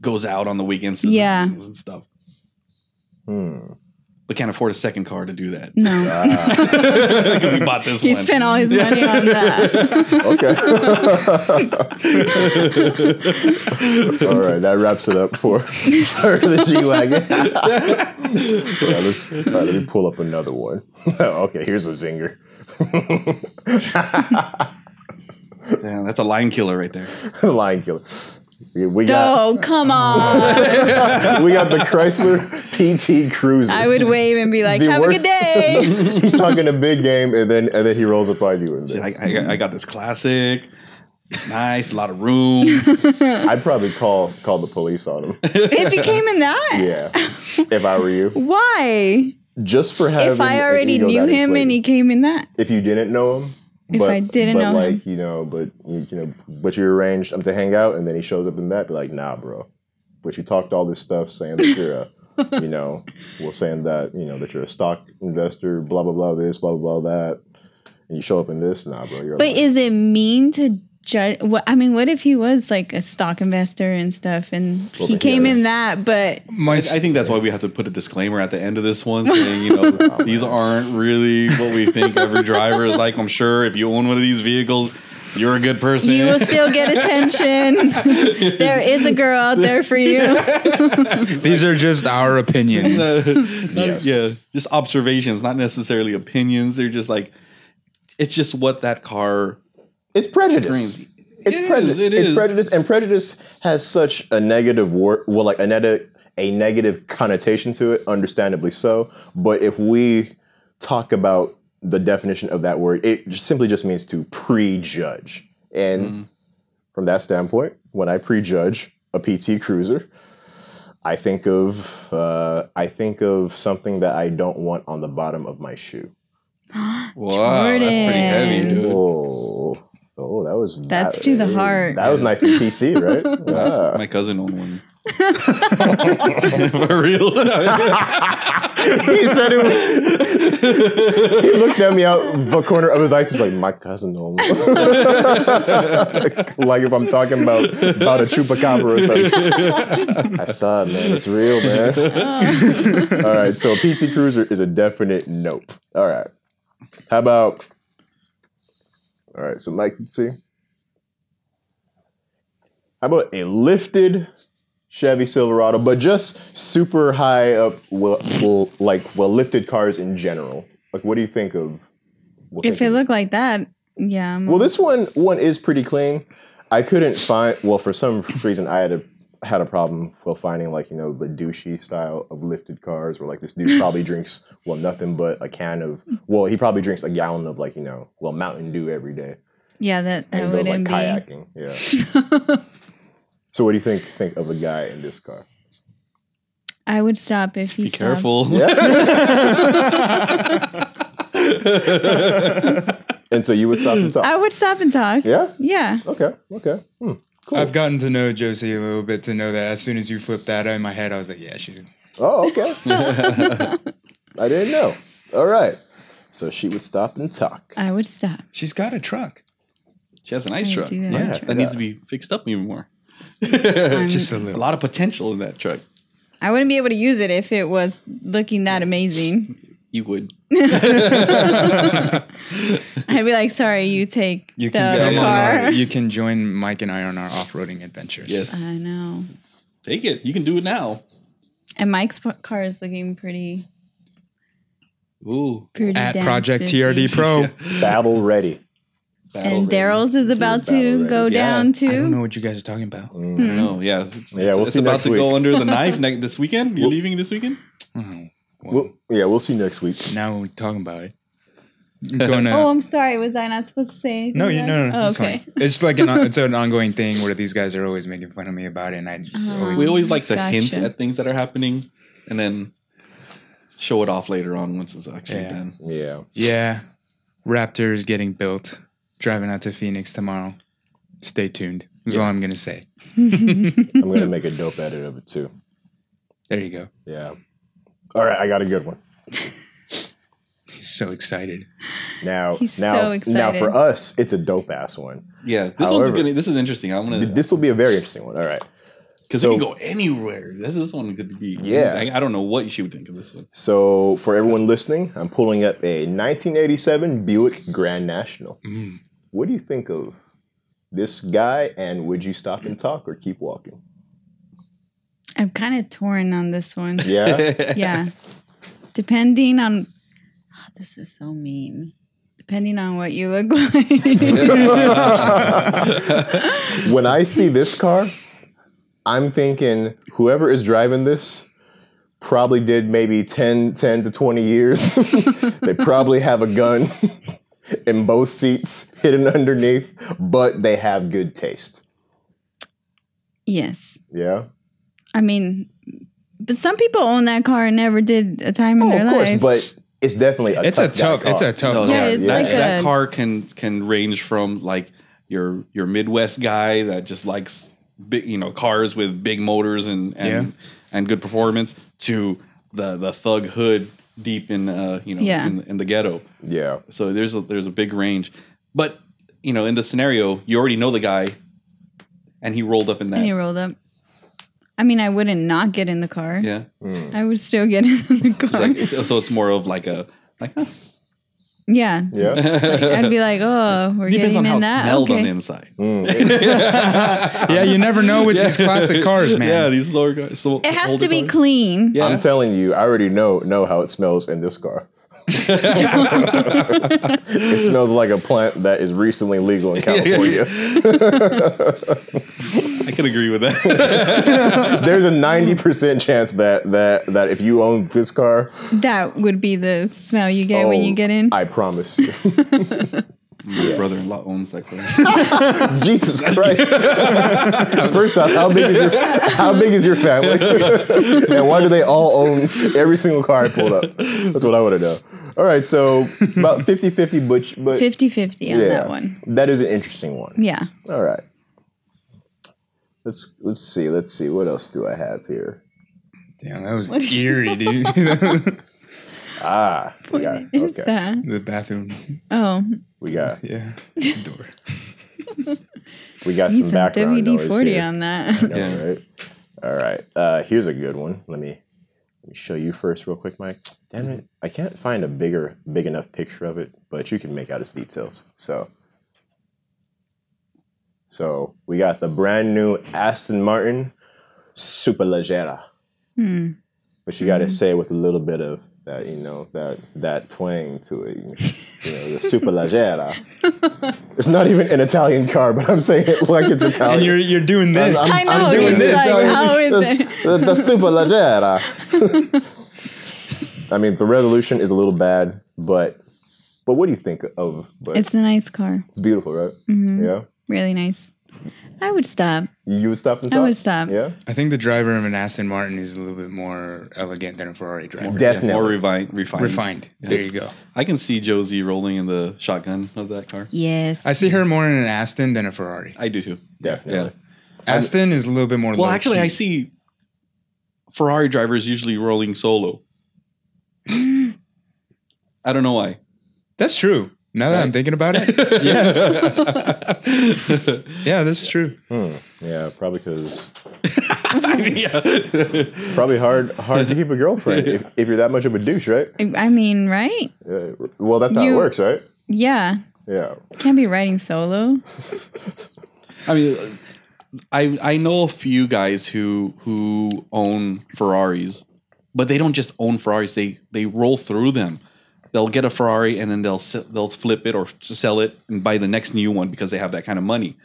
Speaker 1: goes out on the weekends, to
Speaker 4: Yeah.
Speaker 1: the movies and stuff.
Speaker 2: Hmm.
Speaker 1: But can't afford a second car to do that
Speaker 4: No.
Speaker 2: Ah,
Speaker 1: because he bought this
Speaker 4: He
Speaker 1: one.
Speaker 4: spent all his money on that.
Speaker 2: okay. All right, that wraps it up for, for the G wagon. yeah, let's all right, let me pull up another one. okay, here's a zinger.
Speaker 1: Yeah, that's a line killer right there.
Speaker 2: Lion killer. We- We got
Speaker 4: Oh, come on.
Speaker 2: we got the Chrysler PT Cruiser.
Speaker 4: I would wave and be like,
Speaker 2: The
Speaker 4: have a good
Speaker 2: worst-
Speaker 4: day.
Speaker 2: He's talking a big game, and then and then he rolls up on you. And
Speaker 1: I,
Speaker 2: then,
Speaker 1: I, I got this classic. It's nice, a lot of room.
Speaker 2: I'd probably call call the police on him.
Speaker 4: if he came in that,
Speaker 2: Yeah, if I were you,
Speaker 4: why?
Speaker 2: just for having.
Speaker 4: If I
Speaker 2: an
Speaker 4: already
Speaker 2: ego
Speaker 4: knew
Speaker 2: that
Speaker 4: him and
Speaker 2: inflated.
Speaker 4: he came in that,
Speaker 2: if you didn't know him.
Speaker 4: If I didn't
Speaker 2: but
Speaker 4: know
Speaker 2: like,
Speaker 4: him.
Speaker 2: you know, but you, you know, but you arranged him to hang out, and then he shows up in that, be like, nah, bro. But you talked all this stuff, saying that you're a, you know, well, saying that you know that you're a stock investor, blah blah blah, this, blah blah blah, that, and you show up in this, nah, bro. You're
Speaker 4: but
Speaker 2: like,
Speaker 4: is it mean to judge? What, I mean, what if he was like a stock investor and stuff and
Speaker 2: Well,
Speaker 4: he
Speaker 2: then he
Speaker 4: came in
Speaker 2: is.
Speaker 4: that, but
Speaker 3: my
Speaker 1: I think that's why we have to put a disclaimer at the end of this one saying, you know, these aren't really what we think every driver is like. I'm sure if you own one of these vehicles, you're a good person.
Speaker 4: you will still get attention. there is a girl out there for you.
Speaker 3: these are just our opinions.
Speaker 2: Yes.
Speaker 1: Yeah, just observations, not necessarily opinions. They're just like, it's just what that car
Speaker 2: it's prejudice.
Speaker 1: screams.
Speaker 2: It's
Speaker 1: It
Speaker 2: prejudice.
Speaker 1: is, it
Speaker 2: it's
Speaker 1: is.
Speaker 2: prejudice, and prejudice has such a negative word. Well, like a neg- a negative connotation to it, understandably so. But if we talk about the definition of that word, it just simply just means to prejudge. And
Speaker 1: Mm-hmm.
Speaker 2: from that standpoint, when I prejudge a PT Cruiser, I think of uh, I think of something that I don't want on the bottom of my shoe.
Speaker 1: Wow, that's pretty heavy,
Speaker 4: Jordan.
Speaker 1: dude.
Speaker 2: Oh, oh, that was
Speaker 4: That's to the heart.
Speaker 2: That was nice and PC, right? Ah.
Speaker 1: My cousin owned one. For real.
Speaker 2: he said it. was- he looked at me out the corner of his eyes. He's like, "My cousin, no." like if I'm talking about about a chupacabra or something. I saw it, man. It's real, man. All right, so PT Cruiser is a definite nope. All right, how about? All right, so Mike, let's see. How about a lifted Chevy Silverado, but just super high up, well, well, like well lifted cars in general. Like, what do you think of? what
Speaker 4: If
Speaker 2: think
Speaker 4: it
Speaker 2: of-
Speaker 4: looked like that, yeah. I'm
Speaker 2: well, this one one is pretty clean. I couldn't find. Well, for some reason, I had a had a problem well finding like you know the douchey style of lifted cars where like this dude probably drinks well nothing but a can of well he probably drinks a gallon of like you know well Mountain Dew every day
Speaker 4: yeah, that, that
Speaker 2: and goes like
Speaker 4: wouldn't be.
Speaker 2: kayaking. Yeah. so what do you think think of a guy in this car?
Speaker 4: I would stop if he
Speaker 1: Be
Speaker 4: stopped.
Speaker 1: careful.
Speaker 2: And so you would stop and talk.
Speaker 4: I would stop and talk.
Speaker 2: yeah.
Speaker 4: Yeah.
Speaker 2: Okay. Okay. Hmm. Cool.
Speaker 3: I've gotten to know Josie a little bit to know that as soon as you flipped that in my head, I was like, yeah, she's.
Speaker 2: oh, okay. Oh, I didn't know. All right. So she would stop and talk.
Speaker 4: I would stop.
Speaker 3: She's got a truck.
Speaker 1: She has an ice
Speaker 4: I
Speaker 1: truck.
Speaker 4: do have
Speaker 1: yeah,
Speaker 4: a
Speaker 1: that needs to be fixed up even more.
Speaker 4: I'm-
Speaker 3: Just a
Speaker 1: A
Speaker 3: little.
Speaker 1: lot of potential in that truck.
Speaker 4: I wouldn't be able to use it if it was looking that amazing.
Speaker 1: You would.
Speaker 4: I'd be like, sorry, you take
Speaker 3: You
Speaker 4: the
Speaker 3: can come on
Speaker 4: car.
Speaker 3: our- You can join Mike and I on our off-roading adventures.
Speaker 1: Yes.
Speaker 4: I know.
Speaker 1: Take it. You can do it now.
Speaker 4: And Mike's p- car is looking pretty,
Speaker 1: Ooh.
Speaker 4: pretty.
Speaker 3: At
Speaker 4: damn
Speaker 3: Project
Speaker 4: spiffy.
Speaker 3: TRD Pro.
Speaker 2: Battle ready.
Speaker 4: And Daryl's is about
Speaker 2: battle
Speaker 4: to
Speaker 2: ready.
Speaker 4: go
Speaker 1: Yeah.
Speaker 4: down
Speaker 3: I don't know
Speaker 4: too.
Speaker 3: what you guys are talking about.
Speaker 2: Mm.
Speaker 1: No, yeah. It's, it's-
Speaker 2: Yeah, we'll
Speaker 1: it's
Speaker 2: see
Speaker 1: about
Speaker 2: next
Speaker 1: to
Speaker 2: week.
Speaker 1: go under the knife ne- this weekend. You're leaving this weekend?
Speaker 3: Oh, well,
Speaker 2: We'll, yeah, we'll see next week.
Speaker 3: now we're talking about it. uh, I'm going to.
Speaker 4: Oh, I'm sorry. Was I not supposed to say? anything
Speaker 3: no, you
Speaker 4: about
Speaker 3: no,
Speaker 4: it?
Speaker 3: no. no
Speaker 4: Oh,
Speaker 3: it's fine.
Speaker 4: okay.
Speaker 3: It's like an it's an ongoing thing where these guys are always making fun of me about it, and I always
Speaker 1: We always like to
Speaker 4: Mm, Um, Gotcha.
Speaker 1: hint at things that are happening and then show it off later on once it's actually
Speaker 3: Yeah.
Speaker 1: done.
Speaker 2: Yeah.
Speaker 3: yeah. Raptor is getting built. Driving out to Phoenix tomorrow. Stay tuned. Is all I'm gonna say.
Speaker 2: I'm going to make a dope edit of it too.
Speaker 3: There you go.
Speaker 2: Yeah. All right. I got a good one.
Speaker 3: He's so excited.
Speaker 2: Now,
Speaker 4: He's so
Speaker 2: now, now
Speaker 4: excited.
Speaker 2: for us, it's a dope ass one.
Speaker 1: Yeah. This
Speaker 2: However-
Speaker 1: one's gonna this is interesting. I'm gonna
Speaker 2: This will be a very interesting one. All right.
Speaker 1: because
Speaker 2: so-
Speaker 1: we can go anywhere. This this one could be
Speaker 2: Yeah.
Speaker 1: I, I don't know what she would think of this one.
Speaker 2: So, for everyone listening, I'm pulling up a 1987 Buick Grand National.
Speaker 3: Mm.
Speaker 2: What do you think of this guy? And would you stop and talk or keep walking?
Speaker 4: I'm kind of torn on this one.
Speaker 2: Yeah.
Speaker 4: yeah. Depending on, oh, this is so mean. Depending on what you look like.
Speaker 2: when I see this car, I'm thinking whoever is driving this probably did maybe 10, 10 to 20 years. they probably have a gun in both seats hidden underneath, but they have good taste.
Speaker 4: yes.
Speaker 2: Yeah.
Speaker 4: I mean, but some people own that car and never did a time in
Speaker 2: Oh,
Speaker 4: their
Speaker 2: of course,
Speaker 4: life.
Speaker 2: but it's definitely a
Speaker 3: It's a
Speaker 2: tough. guy
Speaker 3: tough. It's
Speaker 2: car.
Speaker 3: a tough.
Speaker 1: No,
Speaker 3: car.
Speaker 4: Yeah, it's
Speaker 2: yeah.
Speaker 4: like
Speaker 1: Oh, that, that
Speaker 4: a
Speaker 1: car can can range from like your your Midwest guy that just likes big you know cars with big motors and and, and good performance to the the thug hood deep in uh you know
Speaker 4: Yeah.
Speaker 1: in, in the ghetto.
Speaker 2: yeah.
Speaker 1: So there's a there's a big range, but you know in the scenario you already know the guy, and he rolled up in that.
Speaker 4: and he rolled up. I mean, I wouldn't not get in the car.
Speaker 1: yeah,
Speaker 2: Mm.
Speaker 4: I would still get in the
Speaker 1: It's
Speaker 4: car.
Speaker 1: like- it's- so it's more of like a like huh.
Speaker 4: yeah.
Speaker 2: Yeah.
Speaker 4: I'd be like, oh, we're
Speaker 1: depends on
Speaker 4: getting
Speaker 1: how
Speaker 4: in
Speaker 1: it
Speaker 4: that.
Speaker 1: smelled on the
Speaker 4: Okay.
Speaker 1: inside.
Speaker 2: Mm.
Speaker 3: Yeah, you never know with these classic cars, man.
Speaker 1: Yeah, these lower cars. So
Speaker 4: It has
Speaker 1: older
Speaker 4: to be
Speaker 1: cars.
Speaker 4: clean.
Speaker 1: Yeah.
Speaker 2: I'm telling you, I already know know how it smells in this car. it smells like a plant that is recently legal in California.
Speaker 1: I can agree with that.
Speaker 2: There's a 90% chance that that that if you own this car,
Speaker 4: That would be the smell you get when
Speaker 2: oh,
Speaker 4: you get in.
Speaker 2: I promise you.
Speaker 1: My brother-in-law owns that car.
Speaker 2: Jesus Christ. First off, how big is your how big is your family? and why do they all own every single car I pulled up? That's what I want to know. All right, so about 50-50 butch but
Speaker 4: 50 50 on
Speaker 2: yeah,
Speaker 4: that one.
Speaker 2: That is an interesting one.
Speaker 4: Yeah.
Speaker 2: All right. Let's let's see. Let's see. What else do I have here?
Speaker 3: Damn, that was eerie, dude. the
Speaker 2: Ah, we got
Speaker 4: Is
Speaker 2: okay.
Speaker 4: that?
Speaker 3: bathroom.
Speaker 4: Oh,
Speaker 2: We got
Speaker 3: Yeah. Door.
Speaker 2: we got some
Speaker 4: need some
Speaker 2: background
Speaker 4: WD
Speaker 2: noise
Speaker 4: 40
Speaker 2: here.
Speaker 4: on that.
Speaker 2: No,
Speaker 1: Yeah.
Speaker 2: right? All right. Uh, here's a good one. Let me let me show you first, real quick, Mike. Damn it! I can't find a bigger, big enough picture of it, but you can make out its details. So, so we got the brand new Aston Martin Superleggera,
Speaker 4: Hmm.
Speaker 2: but you got to say it with a little bit of that, you know, that that twang to it. You know, the Superleggera. it's not even an Italian car, but I'm saying it like it's
Speaker 1: Oh,
Speaker 2: Italian.
Speaker 3: And you're you're doing this.
Speaker 4: I'm- I know, doing
Speaker 3: it's this. like,
Speaker 2: So
Speaker 4: how is
Speaker 2: the-
Speaker 4: it?
Speaker 2: The, the super leggera. I mean, the resolution is a little bad, but but what do you think of? But it's,
Speaker 4: It's Mm-hmm. a nice car.
Speaker 2: beautiful, right? Yeah,
Speaker 4: Really nice. I would stop.
Speaker 2: you would stop and
Speaker 4: I
Speaker 2: talk.
Speaker 4: would stop.
Speaker 2: Yeah,
Speaker 3: I think the driver of an Aston Martin is a little bit more elegant than a Ferrari driver.
Speaker 2: definitely.
Speaker 1: More refined. refined.
Speaker 3: Refined. There you go.
Speaker 1: I can see Josie rolling in the shotgun of that car.
Speaker 4: Yes.
Speaker 3: I see her more in an Aston than a Ferrari.
Speaker 1: I do too.
Speaker 2: Definitely.
Speaker 3: Aston is a little bit more.
Speaker 1: Well,
Speaker 3: low
Speaker 1: actually,
Speaker 3: key.
Speaker 1: I see Ferrari drivers usually rolling solo. I don't know why.
Speaker 3: That's true. Now that I'm thinking about it, yeah, that's true.
Speaker 2: Hmm. Yeah, probably because
Speaker 1: yeah.
Speaker 2: it's probably hard hard to keep a girlfriend if, if you're that much of a douche, right?
Speaker 4: I I mean, right?
Speaker 2: Yeah, Uh, well, that's how it
Speaker 4: You-
Speaker 2: works, right?
Speaker 4: Yeah.
Speaker 2: Yeah.
Speaker 4: Can't be riding solo.
Speaker 1: I mean, I I know a few guys who who own Ferraris, but they don't just own Ferraris. They they roll through them. They'll get a Ferrari and then they'll se- they'll flip it or sell it and buy the next new one because they have that kind of money.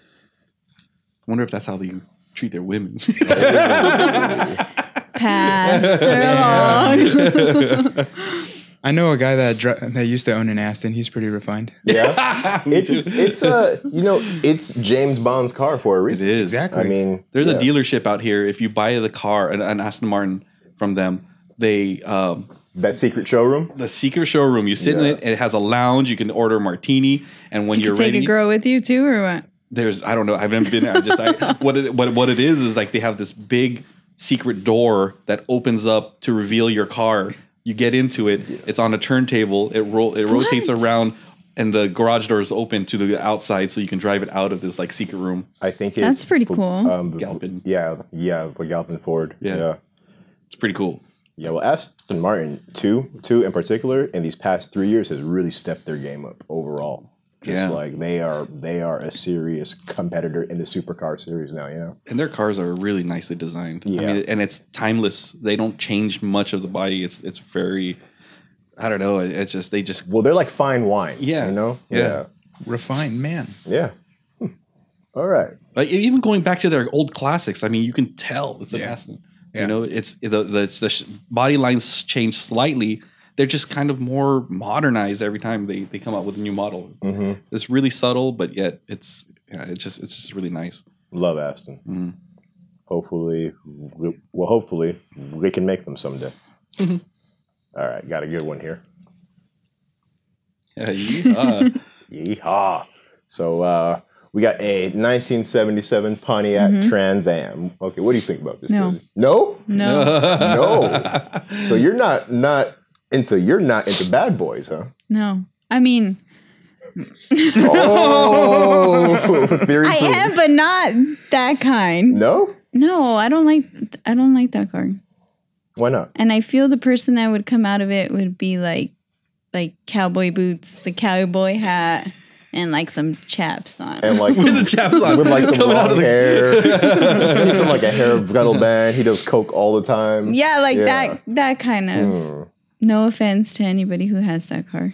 Speaker 1: I wonder if that's how they treat their women.
Speaker 4: Pass her along.
Speaker 3: I know a guy that dri- that used to own an Aston. He's pretty refined.
Speaker 2: Yeah. it's it's a you know it's James Bond's car for a reason.
Speaker 1: is
Speaker 3: Exactly.
Speaker 2: I mean,
Speaker 1: There's
Speaker 2: yeah.
Speaker 1: a dealership out here. If you buy the car, an, an Aston Martin from them, they um,
Speaker 2: that secret showroom.
Speaker 1: the secret showroom. You sit in
Speaker 2: Yeah.
Speaker 1: it. It has a lounge. You can order a martini, and when
Speaker 4: You
Speaker 1: are
Speaker 4: take
Speaker 1: ready,
Speaker 4: a girl with you too, or what?
Speaker 1: there's I don't know. I've never been there. I just I, what it, what what it is is like they have this big secret door that opens up to reveal your car. You get into it. It's on a turntable. It roll it rotates
Speaker 4: What?
Speaker 1: around. And the garage door is open to the outside, so you can drive it out of this like secret room.
Speaker 2: I think it's
Speaker 4: That's pretty cool.
Speaker 2: Um,
Speaker 1: Galpin.
Speaker 2: Yeah, yeah, the Galpin Ford.
Speaker 1: Yeah.
Speaker 2: yeah.
Speaker 1: It's pretty cool.
Speaker 2: Yeah, well, Aston Martin two two in particular in these past three years has really stepped their game up overall. Just
Speaker 1: Yeah.
Speaker 2: like they are they are a serious competitor in the supercar series now. You know,
Speaker 1: and their cars are really nicely designed. I
Speaker 2: Yeah.
Speaker 1: mean, and it's timeless. They don't change much of the body. It's it's very, I don't know. it- It's just they just
Speaker 2: well, they're like fine wine.
Speaker 1: Yeah.
Speaker 2: you know.
Speaker 1: Yeah.
Speaker 3: Refined man.
Speaker 2: yeah. yeah. Hmm. All right.
Speaker 1: like, e-, even going back to their old classics. I mean, you can tell it's an
Speaker 3: Yeah.
Speaker 1: Aston.
Speaker 3: Yeah.
Speaker 1: You know, it's the the, it's the sh- body lines change slightly. They're just kind of more modernized every time they, they come out with a new model.
Speaker 2: Mhm.
Speaker 1: It's really subtle, but yet it's yeah, it's just it's just really nice.
Speaker 2: Love Aston.
Speaker 4: Mm-hmm.
Speaker 1: Mhm.
Speaker 2: Hopefully, we, well, hopefully we can make them someday.
Speaker 4: Mm-hmm.
Speaker 2: All right, got a good one here.
Speaker 1: Yeah, yeehaw.
Speaker 2: Yeehaw! So uh, we got a 1977 Pontiac Trans Am. Okay, what do you think about this?
Speaker 4: Mm-hmm. No.
Speaker 2: Lizzie? No,
Speaker 4: No,
Speaker 2: no. so you're not not and so you're not into bad boys, huh?
Speaker 4: no. I mean,
Speaker 2: Oh, theory.
Speaker 4: I
Speaker 2: proof.
Speaker 4: am, but not that kind.
Speaker 2: No,
Speaker 4: No, I don't like. I don't like that car.
Speaker 2: why not?
Speaker 4: And I feel the person that would come out of it would be like, like cowboy boots, the cowboy hat, and like some chaps on.
Speaker 2: And like
Speaker 1: with the chaps on,
Speaker 2: with like some
Speaker 1: coming out
Speaker 2: long
Speaker 1: of the
Speaker 2: hair, from like a hair girdle band. He does coke all the time.
Speaker 4: yeah, like
Speaker 2: Yeah.
Speaker 4: that. That kind of.
Speaker 2: Hmm.
Speaker 4: No offense to anybody who has that car.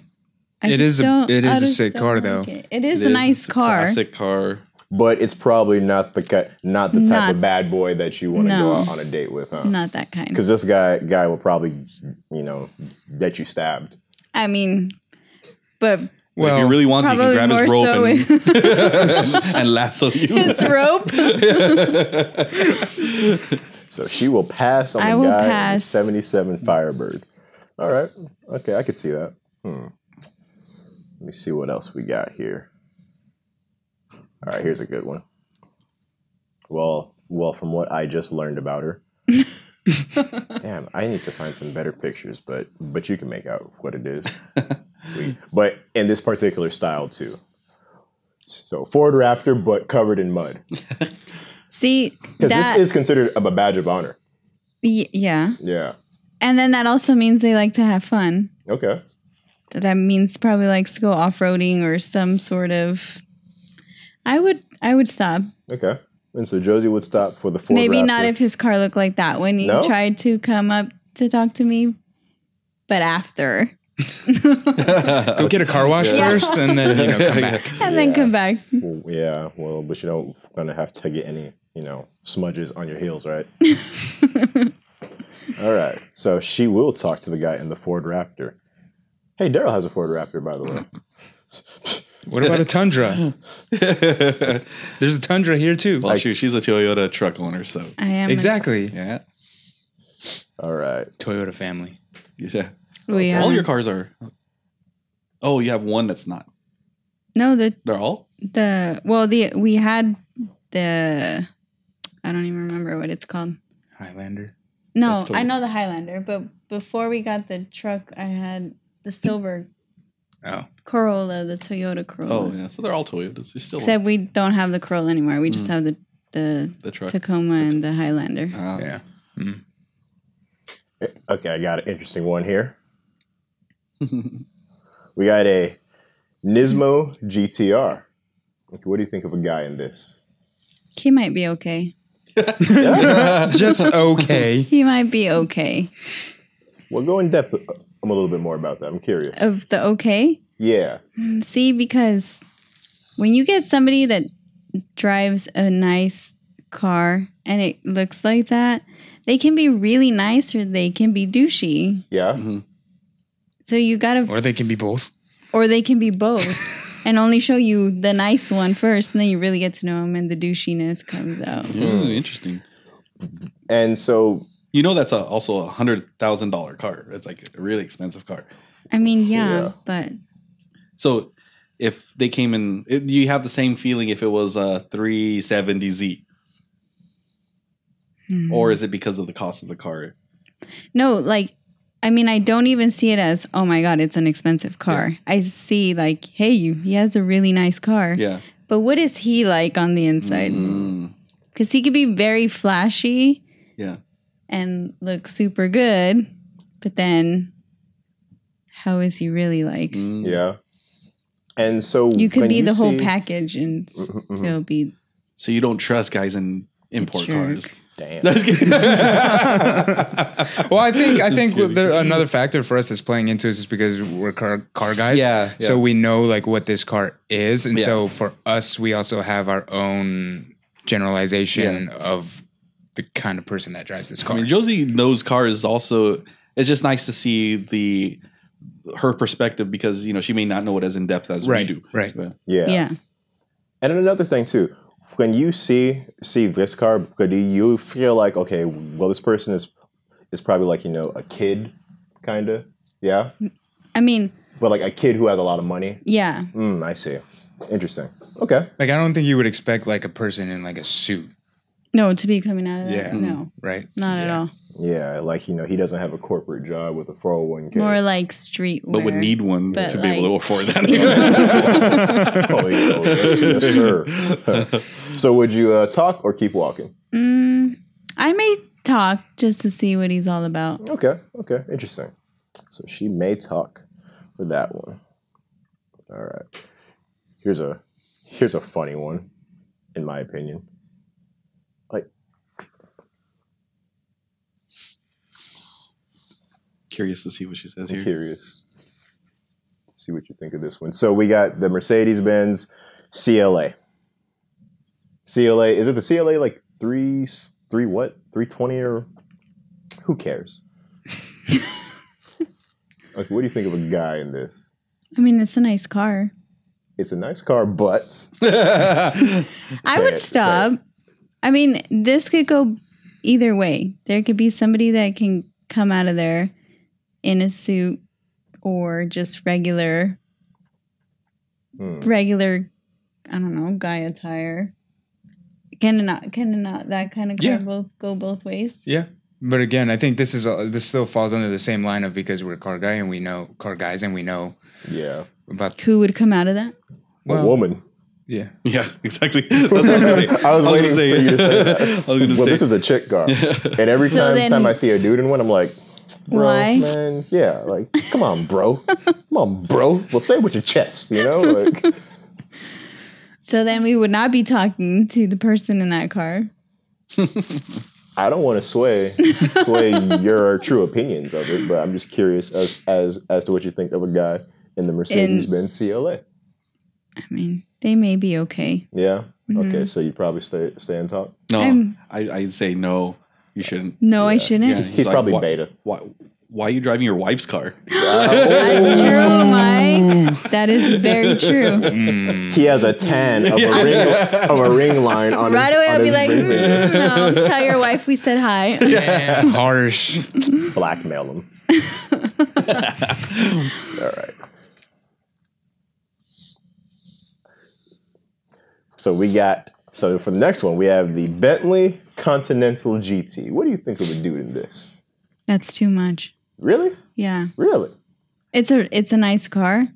Speaker 4: I
Speaker 3: It
Speaker 4: just
Speaker 3: is a-
Speaker 4: don't-
Speaker 3: it
Speaker 4: I
Speaker 3: is a
Speaker 4: just
Speaker 3: sick
Speaker 4: don't
Speaker 3: car,
Speaker 4: like
Speaker 3: though.
Speaker 4: It, it is
Speaker 1: It
Speaker 4: a
Speaker 1: is.
Speaker 4: nice
Speaker 1: It's
Speaker 4: car.
Speaker 1: classic car.
Speaker 2: But it's probably not the ki- not the type
Speaker 4: Not-
Speaker 2: of bad boy that you want to
Speaker 4: No.
Speaker 2: go out on a date with, huh?
Speaker 4: Not that kind.
Speaker 2: Because this guy guy will probably, you know, get you stabbed.
Speaker 4: I mean, but
Speaker 1: But if
Speaker 3: Well,
Speaker 1: he really wants, he can
Speaker 4: probably
Speaker 1: grab his
Speaker 4: more
Speaker 1: rope
Speaker 4: so
Speaker 1: and,
Speaker 4: with
Speaker 1: and lasso you.
Speaker 4: his rope.
Speaker 2: So she will pass on
Speaker 4: I
Speaker 2: the
Speaker 4: will
Speaker 2: guy in the
Speaker 4: pass.
Speaker 2: 77 Firebird. All right. Okay, I could see that. Hmm. Let me see what else we got here. All right, here's a good one. Well, well, from what I just learned about her. Damn, I need to find some better pictures, but but you can make out what it is. We- but in this particular style too. So Ford Raptor, but covered in mud,
Speaker 4: See
Speaker 2: because
Speaker 4: that?
Speaker 2: this is considered a badge of honor.
Speaker 4: y- yeah,
Speaker 2: Yeah.
Speaker 4: and then that also means they like to have fun.
Speaker 2: Okay.
Speaker 4: That means probably likes to go off roading or some sort of. I would I would stop.
Speaker 2: Okay. And so Josie would stop for the Ford
Speaker 4: Maybe
Speaker 2: Raptor.
Speaker 4: not if his car looked like that when he
Speaker 2: No?
Speaker 4: tried to come up to talk to me, but after.
Speaker 1: Uh,
Speaker 3: go get a car wash first, and then you know come back.
Speaker 4: and then come back.
Speaker 2: Well, yeah. Well, but you don't gonna have to get any you know smudges on your heels, right? All right. So she will talk to the guy in the Ford Raptor. Hey, Daryl has a Ford Raptor, by the way.
Speaker 3: What about a Tundra? There's a Tundra here too.
Speaker 1: well, shoot, she's a Toyota truck owner, so
Speaker 4: I am
Speaker 3: exactly.
Speaker 1: yeah,
Speaker 2: All right.
Speaker 3: Toyota family.
Speaker 1: yeah.
Speaker 4: We
Speaker 1: All
Speaker 4: are-
Speaker 1: your cars are. Oh, you have one that's not.
Speaker 4: no the
Speaker 1: They're all.
Speaker 4: the well the we had the I don't even remember what it's called.
Speaker 3: Highlander.
Speaker 4: No,
Speaker 1: That's totally-
Speaker 4: I know the Highlander, but before we got the truck, I had the silver
Speaker 3: Oh,
Speaker 4: Corolla, the Toyota Corolla.
Speaker 1: Oh yeah, so they're all Toyotas. They still
Speaker 4: Except we don't have the Corolla anymore. We just have the the
Speaker 1: the Mm. truck.
Speaker 4: Tacoma and the Highlander.
Speaker 1: Ah.
Speaker 3: yeah.
Speaker 2: Okay, I got an interesting one here.
Speaker 1: Hmm,
Speaker 2: we got a Nismo GTR. Okay, what do you think of a guy in this?
Speaker 4: He might be okay.
Speaker 3: Just okay.
Speaker 4: He might be okay.
Speaker 2: Well, go in depth. I'm a little bit more about that. I'm curious.
Speaker 4: Of the okay,
Speaker 2: Yeah.
Speaker 4: see, because when you get somebody that drives a nice car and it looks like that, they can be really nice or they can be douchey.
Speaker 2: Yeah.
Speaker 4: So you gotta,
Speaker 3: Or they can be both.
Speaker 4: or they can be both, and only show you the nice one first, and then you really get to know them, and the douchiness comes out.
Speaker 1: Ooh, interesting.
Speaker 2: And so,
Speaker 1: You know that's a, also a hundred thousand dollar car. It's like a really expensive car.
Speaker 4: I mean, yeah,
Speaker 2: Yeah.
Speaker 4: but
Speaker 1: So if they came in, it, you have the same feeling if it was a 370Z.
Speaker 4: Hmm.
Speaker 1: Or is it because of the cost of the car?
Speaker 4: No, like I mean, I don't even see it as oh my god, it's an expensive car. I see like, hey, you, he has a really nice car.
Speaker 1: Yeah.
Speaker 4: But what is he like on the inside?
Speaker 1: Mm,
Speaker 4: Because he could be very flashy
Speaker 1: yeah.
Speaker 4: and look super good, but then how is he really like?
Speaker 1: Mm.
Speaker 2: yeah. And so,
Speaker 4: You could
Speaker 2: when
Speaker 4: be the whole
Speaker 2: see-
Speaker 4: package and
Speaker 2: Mhm, mhm.
Speaker 4: still be
Speaker 1: So you don't trust guys in import
Speaker 4: Jerk.
Speaker 1: cars.
Speaker 2: Damn.
Speaker 1: That's good.
Speaker 3: well, I think I think there, another factor for us that's playing into is just because we're car car guys.
Speaker 1: Yeah,
Speaker 3: So
Speaker 1: yeah.
Speaker 3: we know like what this car is, and
Speaker 1: Yeah.
Speaker 3: so for us, we also have our own generalization of the kind of person that drives this
Speaker 1: I
Speaker 3: car.
Speaker 1: mean, Josie knows cars. Also, it's just nice to see the her perspective because you know she may not know it as in depth as
Speaker 3: Right,
Speaker 1: we do.
Speaker 3: right.
Speaker 1: Yeah.
Speaker 2: Yeah.
Speaker 4: yeah.
Speaker 2: And then another thing too, when you see see this car, could you- you feel like okay, well, this person is is probably like you know a kid, kind of, yeah,
Speaker 4: I mean,
Speaker 2: but like a kid who has a lot of money.
Speaker 4: yeah.
Speaker 2: Mm, I see. Interesting. Okay.
Speaker 3: like I don't think you would expect like a person in like a suit,
Speaker 4: No, to be coming out of that.
Speaker 3: Yeah.
Speaker 4: No,
Speaker 3: right?
Speaker 4: not at
Speaker 3: Yeah.
Speaker 4: all.
Speaker 2: Yeah, like you know, he doesn't have a corporate job with a four hundred one k.
Speaker 4: More like street.
Speaker 1: But would need one
Speaker 4: But,
Speaker 1: to be able to
Speaker 4: like-
Speaker 1: afford that.
Speaker 2: Oh, yeah, oh, yes, yes, sir. so, would you uh, talk or keep walking?
Speaker 4: Mm, I may talk just to see what he's all about.
Speaker 2: Okay. Okay. Interesting. So she may talk for that one. All right. Here's a here's a funny one, in my opinion. Like,
Speaker 1: Curious to see what she says
Speaker 2: I'm
Speaker 1: here.
Speaker 2: curious. See what you think of this one. So we got the Mercedes Benz CLA. CLA is it the CLA like three three what three twenty or who cares? like, what do you think of a guy in this?
Speaker 4: I mean, it's a nice car.
Speaker 2: It's a nice car, but
Speaker 4: I
Speaker 2: Say
Speaker 4: would
Speaker 2: it, say
Speaker 4: stop. I mean, this could go either way. There could be somebody that can come out of there in a suit or just regular,
Speaker 2: Hmm.
Speaker 4: regular, I don't know, guy attire. Can it not? Can it not? That kind of car
Speaker 3: Yeah.
Speaker 4: both go both ways.
Speaker 3: Yeah. But again, I think this is all this still falls under the same line of because we're car guy and we know car guys and we know
Speaker 2: yeah.
Speaker 3: about
Speaker 4: Who would come out of that?
Speaker 2: a
Speaker 3: well,
Speaker 2: woman.
Speaker 3: yeah.
Speaker 1: Yeah, exactly. That's what I'm gonna say.
Speaker 2: I was
Speaker 1: gonna
Speaker 2: waiting
Speaker 1: say-
Speaker 2: for you to say that.
Speaker 1: I was gonna
Speaker 2: Well,
Speaker 1: say.
Speaker 2: this is a chick car, and every
Speaker 4: So
Speaker 2: time,
Speaker 4: then-
Speaker 2: time I see a dude in one, I'm like, bro,
Speaker 4: Why?
Speaker 2: man, yeah, like, come on, bro, come on, bro. Well, say it with your chest, you know, like,
Speaker 4: So then we would not be talking to the person in that car.
Speaker 2: I don't want to sway sway your true opinions of it, but I'm just curious as as as to what you think of a guy in the Mercedes Benz CLA.
Speaker 4: I mean, they may be okay.
Speaker 2: Yeah.
Speaker 4: Mm-hmm.
Speaker 2: Okay, so you probably stay stay and talk.
Speaker 1: no,
Speaker 4: I'm-
Speaker 1: I, I'd say no. You shouldn't.
Speaker 4: No, I
Speaker 1: Yeah,
Speaker 4: shouldn't.
Speaker 2: He's
Speaker 1: like,
Speaker 2: probably
Speaker 1: why-
Speaker 2: beta.
Speaker 1: Why? Why are you driving your wife's car?
Speaker 4: That's true, Mike. That is very true.
Speaker 2: He has a tan of a ring of a ring line on
Speaker 4: Right
Speaker 2: his,
Speaker 4: away,
Speaker 2: on
Speaker 4: I'll be
Speaker 2: his
Speaker 4: like,
Speaker 2: ring finger.
Speaker 4: mm, no, tell your wife we said hi.
Speaker 3: harsh.
Speaker 2: blackmail him. All right. So we got so for the next one we have the Bentley Continental GT. What do you think of a dude in this?
Speaker 4: That's too much.
Speaker 2: Really?
Speaker 4: Yeah,
Speaker 2: Really?
Speaker 4: it's a it's a nice car.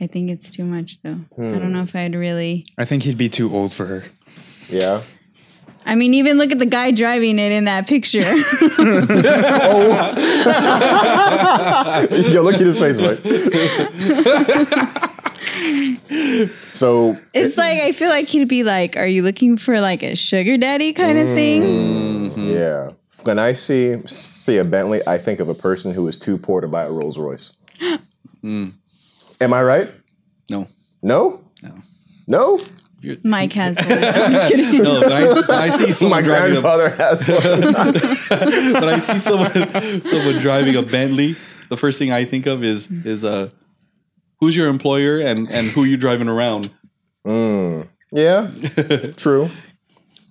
Speaker 4: I think it's too much though. I
Speaker 2: Hmm.
Speaker 4: don't know if I'd really.
Speaker 3: I think he'd be too old for her.
Speaker 2: Yeah.
Speaker 4: I mean, even look at the guy driving it in that picture.
Speaker 2: Yo, look at his face, Mike. so
Speaker 4: it's like I feel like he'd be like, "Are you looking for like a sugar daddy kind of
Speaker 2: Hmm.
Speaker 4: thing?"
Speaker 2: yeah, when I see see a Bentley, I think of a person who is too poor to buy a Rolls Royce. Am I right?
Speaker 1: No.
Speaker 2: No.
Speaker 1: No.
Speaker 2: No.
Speaker 4: Mike has. one. I'm just kidding.
Speaker 1: No, but I, but I see
Speaker 2: Oh My
Speaker 1: someone driving a,
Speaker 2: grandfather has one.
Speaker 1: but I see someone someone driving a Bentley. The first thing I think of is is uh, who's your employer and and who you driving around.
Speaker 2: Hmm. yeah. True.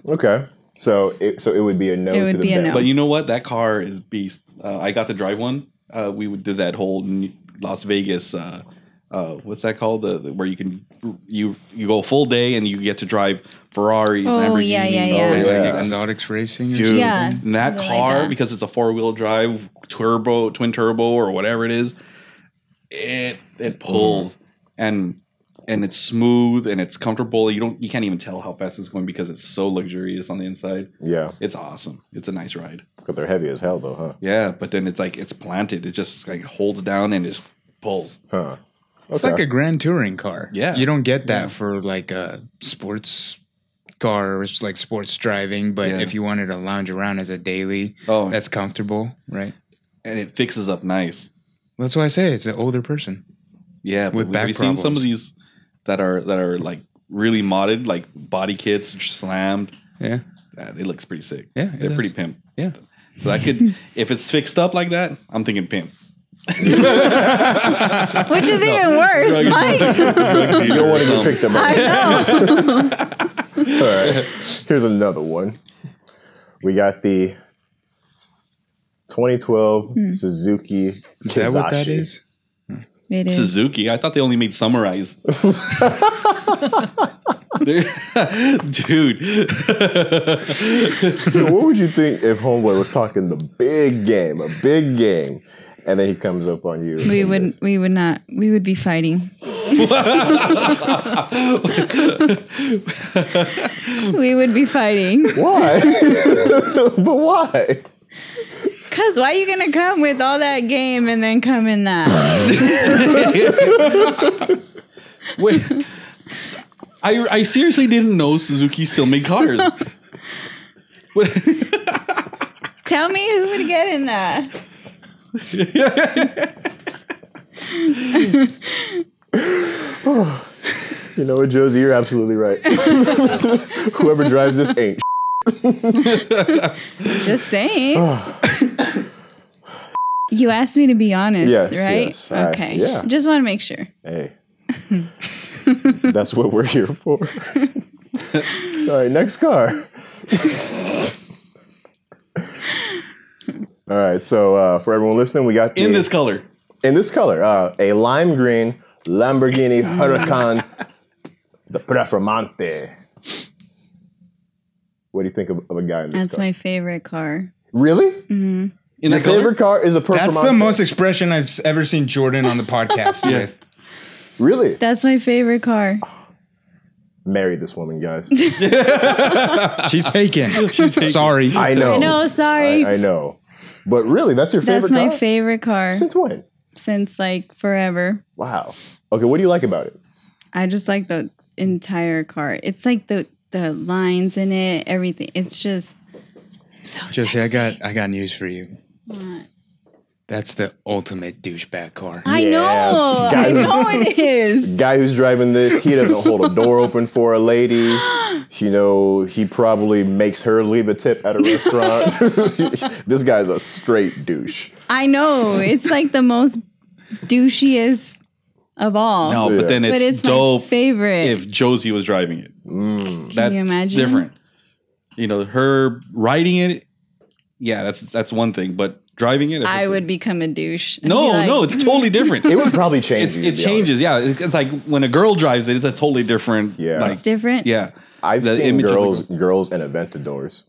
Speaker 2: Okay. So it, so it would be a no
Speaker 4: It would
Speaker 2: to the
Speaker 4: be a
Speaker 2: Bentley.
Speaker 4: no.
Speaker 1: But you know what? That car is beast. Uh, I got to drive one. Uh, we did that whole N- Las Vegas. Uh, uh, what's that called? Uh, where you can you you go full day and you get to drive Ferraris.
Speaker 4: Oh, yeah, yeah,
Speaker 1: Lamborghinis,
Speaker 4: yeah.
Speaker 1: and
Speaker 2: Oh,
Speaker 1: like
Speaker 2: yeah.
Speaker 1: ex-
Speaker 3: Exotics racing.
Speaker 1: Dude,
Speaker 4: Yeah,
Speaker 1: and that
Speaker 4: something like
Speaker 1: car
Speaker 4: that.
Speaker 1: because it's a four wheel drive turbo, twin turbo, or whatever it is. It it pulls and and it's smooth and it's comfortable. You don't you can't even tell how fast it's going because it's so luxurious on the inside.
Speaker 2: Yeah,
Speaker 1: It's awesome. It's a nice ride.
Speaker 2: because they're heavy as hell, though, huh?
Speaker 1: Yeah, but then it's like it's planted. It just like holds down and just pulls.
Speaker 2: Huh.
Speaker 3: It's like a grand touring car.
Speaker 1: Yeah.
Speaker 3: You don't get that for like a sports car or s- like sports driving, but
Speaker 1: Yeah.
Speaker 3: if you wanted to lounge around as a daily,
Speaker 1: Oh,
Speaker 3: that's comfortable, right?
Speaker 1: and it fixes up nice.
Speaker 3: That's why I say it's an older person.
Speaker 1: Yeah, but
Speaker 3: With
Speaker 1: we-
Speaker 3: back
Speaker 1: have you seen some
Speaker 3: problems.
Speaker 1: of these that are that are like really modded, like body kits slammed?
Speaker 3: Yeah.
Speaker 1: Yeah, it looks pretty sick.
Speaker 3: Yeah, it
Speaker 1: they're pretty
Speaker 3: does.
Speaker 1: pimp.
Speaker 3: Yeah.
Speaker 1: So that could, if it's fixed up like that, I'm thinking pimp.
Speaker 4: Which is even worse. Mike,
Speaker 2: You don't want to
Speaker 1: Um,
Speaker 2: get picked up. by-
Speaker 4: I know.
Speaker 2: All right. Here's another one. We got the 2012
Speaker 4: Hmm.
Speaker 2: Suzuki.
Speaker 3: Is that what that
Speaker 2: Kizashi.
Speaker 3: is?
Speaker 4: It is.
Speaker 1: Suzuki. I thought they only made summarize. They're- Dude,
Speaker 2: Dude, what would you think if Homeboy was talking the big game, a big game, and then he comes up on you?
Speaker 4: We would. We would not. We would be fighting. we would be fighting.
Speaker 2: Why? but why?
Speaker 4: Cause why are you gonna come with all that game and then come in that?
Speaker 1: wait. S- I, I seriously didn't know Suzuki still made cars. What-
Speaker 4: Tell me who would get in that.
Speaker 2: You know what, Josie? You're absolutely right. Whoever drives this ain't.
Speaker 4: Just saying. you asked me to be honest,
Speaker 2: Ah. Yes,
Speaker 4: right?
Speaker 2: yes, I-
Speaker 4: okay.
Speaker 2: yeah.
Speaker 4: Just want to make sure.
Speaker 2: Hey. That's what we're here for. All right, next car. All right, so uh, for everyone listening, we got
Speaker 1: In
Speaker 2: the-
Speaker 1: this color.
Speaker 2: in this color uh, a lime green Lamborghini Huracan, the Performante. What do you think of, of a guy in this
Speaker 4: That's
Speaker 2: car?
Speaker 4: my favorite car.
Speaker 2: really?
Speaker 1: In
Speaker 2: Your
Speaker 1: that color?
Speaker 2: favorite car is a Performante.
Speaker 3: That's the most expression I've s- ever seen Jordan on the podcast
Speaker 1: Yeah.
Speaker 3: with.
Speaker 2: really
Speaker 4: That's my favorite car.
Speaker 2: marry this woman, guys.
Speaker 3: She's taken. She's sorry.
Speaker 2: I know.
Speaker 4: No, sorry.
Speaker 2: Oh, I know. But really, that's your favorite
Speaker 4: That's my
Speaker 2: car?
Speaker 4: favorite car
Speaker 2: Since when?
Speaker 4: since like forever.
Speaker 2: Wow. Okay, what do you like about it?
Speaker 4: I just like the entire car. It's like the the lines in it, everything. It's just so
Speaker 3: Josie, I
Speaker 4: sexy.
Speaker 3: got I got news for you.
Speaker 4: What?
Speaker 3: That's the ultimate douchebag car.
Speaker 4: I
Speaker 2: Yeah.
Speaker 4: know.
Speaker 2: Got
Speaker 4: I
Speaker 2: it.
Speaker 4: know it is.
Speaker 2: Guy who's driving this, he doesn't hold a door open for a lady. You know, he probably makes her leave a tip at a restaurant. this guy's a straight douche.
Speaker 4: I know. It's like the most douchiest of all.
Speaker 1: No,
Speaker 2: Yeah.
Speaker 1: but then it's,
Speaker 4: but it's
Speaker 1: dope
Speaker 4: my favorite.
Speaker 1: if Josie was driving it. That's
Speaker 4: you imagine?
Speaker 1: different. You know, her riding it, yeah, that's that's one thing, but driving it, if
Speaker 4: I
Speaker 1: it's a-
Speaker 4: would become a douche. and
Speaker 1: no,
Speaker 4: be like,
Speaker 1: no, it's totally different.
Speaker 2: It would probably change.
Speaker 1: it's,
Speaker 2: you, to
Speaker 1: it
Speaker 2: be
Speaker 1: changes, yeah. It's, it's like when a girl drives it, it's a totally different,
Speaker 2: Yeah.
Speaker 1: like,
Speaker 4: it's different.
Speaker 1: yeah.
Speaker 2: honest. I've
Speaker 1: The
Speaker 2: seen
Speaker 1: image of a
Speaker 2: girls
Speaker 1: girl.
Speaker 2: girls in Aventadors,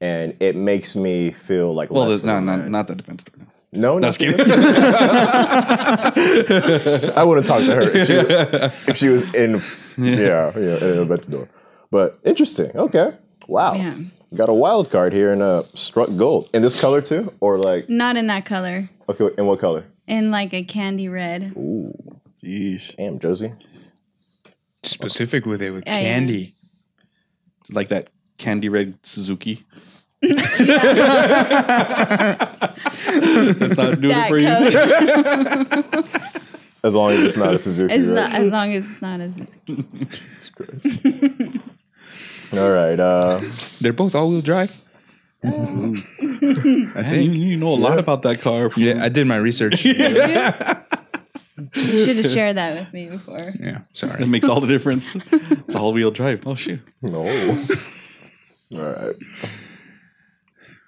Speaker 2: and it makes me feel like
Speaker 1: Well, there's
Speaker 2: less of a
Speaker 1: not not
Speaker 2: man.
Speaker 1: not the defense.
Speaker 2: No,
Speaker 1: That's
Speaker 2: nothing.
Speaker 1: kidding.
Speaker 2: I would have talked to her if she, if she was in. Yeah, yeah, in a better door. But interesting. Okay. Wow.
Speaker 4: Yeah.
Speaker 2: Got a wild card here and uh, struck gold in this color too, or like
Speaker 4: Not in that color.
Speaker 2: okay, in what color?
Speaker 4: In like a candy red.
Speaker 1: Jeez.
Speaker 2: Damn, Josie.
Speaker 3: Specific with it with
Speaker 4: Yeah, yeah.
Speaker 3: candy.
Speaker 1: Like that candy red Suzuki. That's not doing it
Speaker 4: That
Speaker 1: for you.
Speaker 4: color.
Speaker 2: As long as it's not a Suzuki.
Speaker 4: It's
Speaker 2: right?
Speaker 4: not as long as it's not as
Speaker 2: Jesus Christ. All right. Uh,
Speaker 3: They're both all wheel drive. I
Speaker 1: Man, you,
Speaker 3: think.
Speaker 1: you know a lot about that car. From,
Speaker 3: Yeah, I did my research.
Speaker 4: you should have shared that with me before.
Speaker 3: yeah,
Speaker 1: It
Speaker 3: sorry.
Speaker 1: makes all the difference. It's all wheel drive. Oh, shoot.
Speaker 2: no. All right.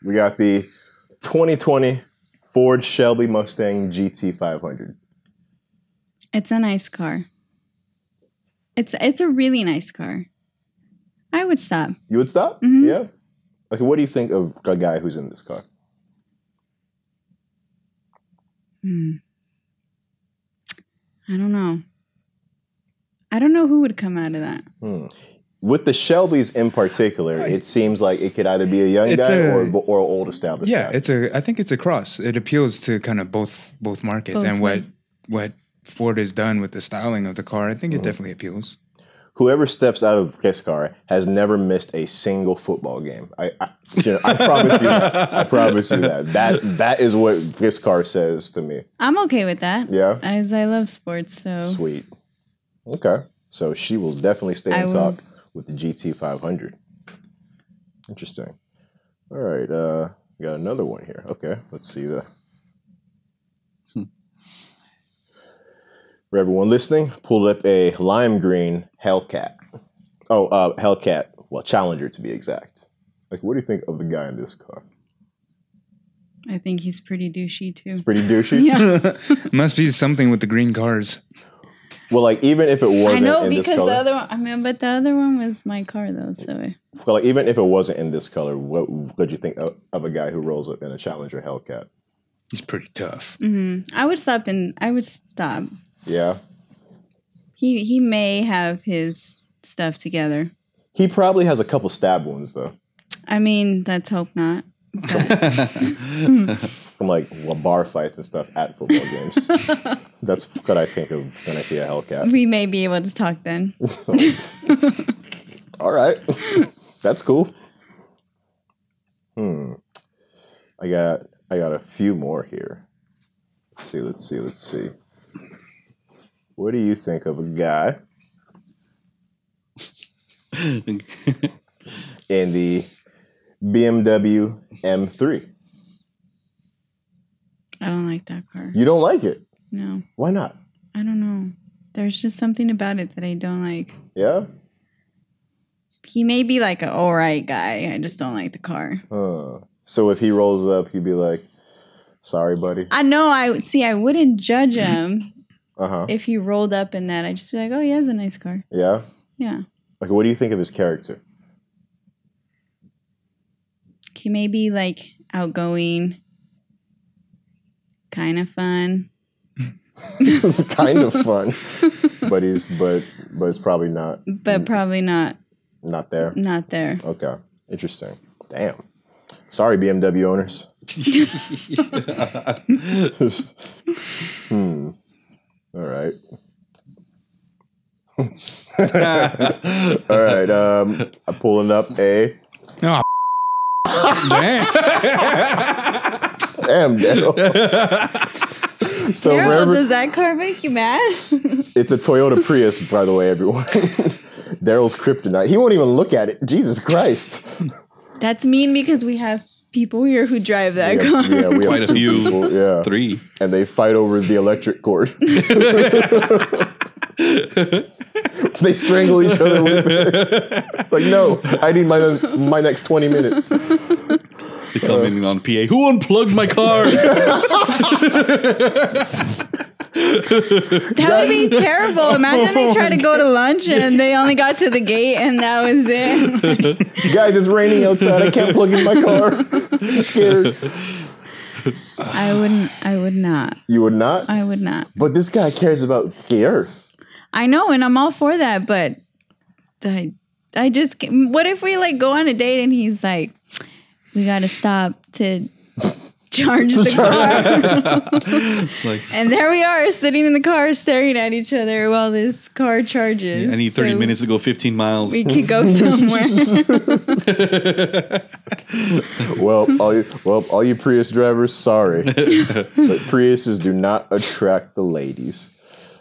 Speaker 2: We got the 2020 Ford Shelby Mustang GT500.
Speaker 4: It's a nice car. It's it's a really nice car. I would stop.
Speaker 2: You would stop?
Speaker 4: Mhm.
Speaker 2: Yeah. Okay, what do you think of a guy who's in this car?
Speaker 4: Hmm. I don't know. I don't know who would come out of that.
Speaker 2: Hmm. With the Shelbys in particular, it seems like it could either be a young
Speaker 3: It's
Speaker 2: guy
Speaker 3: a-
Speaker 2: or a, or an old established
Speaker 3: Yeah,
Speaker 2: guy.
Speaker 3: it's a. I think it's a cross. It appeals to kind of both both markets
Speaker 4: Both
Speaker 3: and what
Speaker 4: ways.
Speaker 3: what Ford has done with the styling of the car. I think it definitely appeals.
Speaker 2: Whoever steps out of this car has never missed a single football game. I, I, you know, I promise you that. I promise you that. That that is what this car says to me.
Speaker 4: I'm okay with that.
Speaker 2: Yeah.
Speaker 4: As I love sports, so
Speaker 2: Sweet. Okay. So she will definitely stay
Speaker 4: I
Speaker 2: in
Speaker 4: will.
Speaker 2: top with the GT500. Interesting. All right. Uh, we got another one here. Okay. Let's see the. For everyone listening, pulled up a lime green Hellcat. Oh, uh, Hellcat. Well, Challenger to be exact. Like, what do you think of the guy in this car?
Speaker 4: I think he's pretty douchey too.
Speaker 2: Pretty douchey.
Speaker 4: Yeah,
Speaker 3: Must be something with the green cars.
Speaker 2: Well, like even if it
Speaker 4: I
Speaker 2: wasn't
Speaker 4: know
Speaker 2: in this
Speaker 4: because the
Speaker 2: color,
Speaker 4: other one. I mean, but the other one was my car though, so
Speaker 2: Well, like, even if it wasn't in this color, what would you think of, of a guy who rolls up in a Challenger Hellcat?
Speaker 3: He's pretty tough.
Speaker 4: mhm. I would stop and I would stop.
Speaker 2: Yeah,
Speaker 4: He he may have his stuff together.
Speaker 2: he probably has a couple stab wounds though,
Speaker 4: I mean, let's hope not. But
Speaker 2: from like well, bar fights and stuff at football games. That's what I think of when I see a Hellcat.
Speaker 4: we may be able to talk then.
Speaker 2: All right, that's cool. Hmm, I got I got a few more here. Let's see, let's see, let's see. What do you think of a guy in the BMW M3?
Speaker 4: I don't like that car.
Speaker 2: You don't like it.
Speaker 4: No,
Speaker 2: Why not?
Speaker 4: I don't know. There's just something about it that I don't like.
Speaker 2: Yeah.
Speaker 4: He may be like an all right guy. I just don't like the car.
Speaker 2: Huh. So if he rolls up, he'd be like, "Sorry, buddy."
Speaker 4: I know. I would see. I wouldn't judge him
Speaker 2: Uh huh.
Speaker 4: if he rolled up in that. I'd just be like, oh, he has a nice car.
Speaker 2: Yeah.
Speaker 4: Yeah,
Speaker 2: Like, what do you think of his character?
Speaker 4: he may be like outgoing, kind of fun.
Speaker 2: kind of fun, but he's but but it's probably not
Speaker 4: but probably not
Speaker 2: not there.
Speaker 4: not there.
Speaker 2: Okay. Interesting. Damn. Sorry, BMW owners. hmm. All right. All right. Um, I'm pulling up a.
Speaker 3: No.
Speaker 4: Mm.
Speaker 2: Damn, Daryl. so
Speaker 4: Carol,
Speaker 2: wherever-
Speaker 4: does that car make you mad?
Speaker 2: it's a Toyota Prius, by the way, everyone. Daryl's kryptonite. He won't even look at it. Jesus Christ.
Speaker 4: That's mean because we have people here who drive that
Speaker 2: Yeah,
Speaker 4: car.
Speaker 2: yeah, we have
Speaker 1: Quite a
Speaker 2: two
Speaker 1: few.
Speaker 2: people, yeah,
Speaker 1: Three.
Speaker 2: and they fight over the electric cord. they strangle each other with it. like, no, I need my my next twenty minutes.
Speaker 1: They come in on PA. Who unplugged my car?
Speaker 4: That would be terrible. Imagine they try to go to lunch and they only got to the gate and that was it.
Speaker 2: Guys, it's raining outside. I can't plug in my car. I'm scared.
Speaker 4: I wouldn't. I would not.
Speaker 2: You would not.
Speaker 4: I would not.
Speaker 2: but this guy cares about the earth.
Speaker 4: I know, and I'm all for that, but I, I just. ca- What if we like go on a date and he's like, "We got to stop to charge the car,"
Speaker 1: Like,
Speaker 4: and there we are sitting in the car staring at each other while this car charges.
Speaker 1: I need 30
Speaker 4: So
Speaker 1: minutes to go 15 miles.
Speaker 4: We could go somewhere.
Speaker 2: Well, all you well, all you Prius drivers, sorry, but Priuses do not attract the ladies.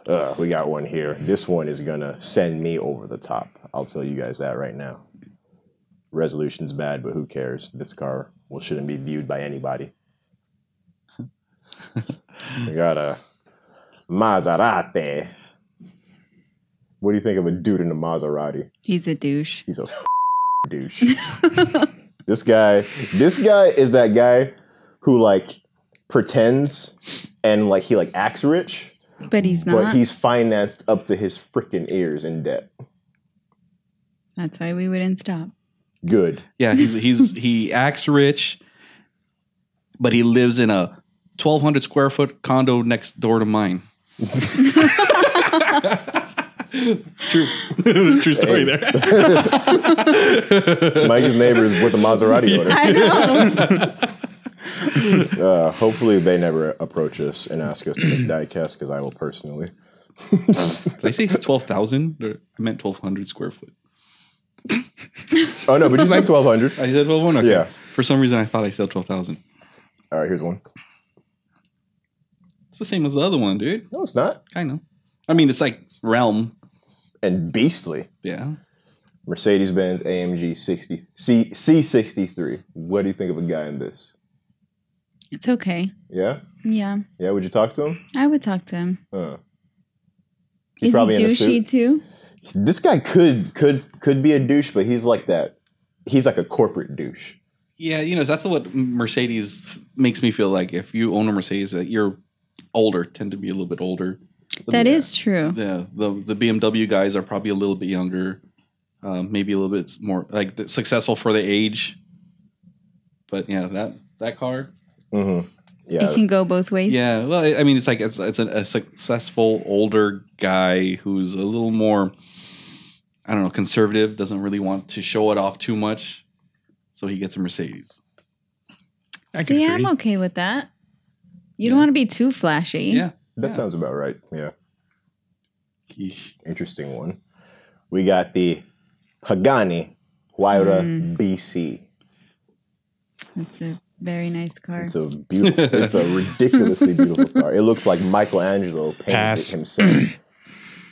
Speaker 2: Uh, we got one here. This one is gonna send me over the top. I'll tell you guys that right now. Resolution's bad, but who cares? This car well shouldn't be viewed by anybody. we got a Maserati. What do you think of a dude in a Maserati?
Speaker 4: he's a douche.
Speaker 2: He's a douche. this guy, this guy is that guy who like pretends and like he like acts rich,
Speaker 4: But he's not.
Speaker 2: but he's financed up to his freaking ears in debt.
Speaker 4: That's why we wouldn't stop.
Speaker 2: Good.
Speaker 1: Yeah, he's he's he acts rich, but he lives in a twelve hundred square foot condo next door to mine. it's true. true story there.
Speaker 2: Mike's neighbors with the Maserati owner.
Speaker 4: I know.
Speaker 2: Uh, hopefully they never approach us and ask us to make diecast because I will personally.
Speaker 1: Did I say twelve thousand? I meant twelve hundred square foot.
Speaker 2: Oh no, but you said twelve hundred.
Speaker 1: I said twelve one. Okay.
Speaker 2: Yeah.
Speaker 1: For some reason, I thought I said twelve thousand.
Speaker 2: All right, here's one.
Speaker 1: It's the same as the other one, dude.
Speaker 2: No, it's not.
Speaker 1: Kind of. I mean, it's like realm.
Speaker 2: And beastly.
Speaker 1: Yeah.
Speaker 2: Mercedes Benz AMG 60 C C63. What do you think of a guy in this?
Speaker 4: It's okay.
Speaker 2: Yeah,
Speaker 4: Yeah,
Speaker 2: yeah. Would you talk to him?
Speaker 4: I would talk to him.
Speaker 2: Huh.
Speaker 4: He's
Speaker 2: He's probably
Speaker 4: he
Speaker 2: in a
Speaker 4: douchey
Speaker 2: suit.
Speaker 4: too?
Speaker 2: This guy could could could be a douche, but he's like that. He's like a corporate douche.
Speaker 1: Yeah, you know that's what Mercedes makes me feel like. If you own a Mercedes, that you're older, tend to be a little bit older.
Speaker 4: That is true.
Speaker 1: Yeah, the the BMW guys are probably a little bit younger, um, maybe a little bit more like th- successful for the age. But yeah, that that car.
Speaker 2: Mm-hmm.
Speaker 4: It
Speaker 2: Yeah,
Speaker 4: can go both ways.
Speaker 1: Yeah, well, I I mean, it's like it's it's an, a successful older guy who's a little more, I don't know, conservative. Doesn't really want to show it off too much, so he gets a Mercedes.
Speaker 3: I can
Speaker 4: See,
Speaker 3: agree.
Speaker 4: I'm okay with that. You don't want to be too flashy.
Speaker 1: Yeah.
Speaker 2: that
Speaker 1: yeah.
Speaker 2: sounds about right. Yeah,
Speaker 1: Yeesh.
Speaker 2: interesting one. We got the Pagani Huayra
Speaker 4: Hmm.
Speaker 2: BC.
Speaker 4: That's a very nice car.
Speaker 2: It's a beautiful. it's a ridiculously beautiful car. It looks like Michelangelo painted
Speaker 3: Pass.
Speaker 2: it himself.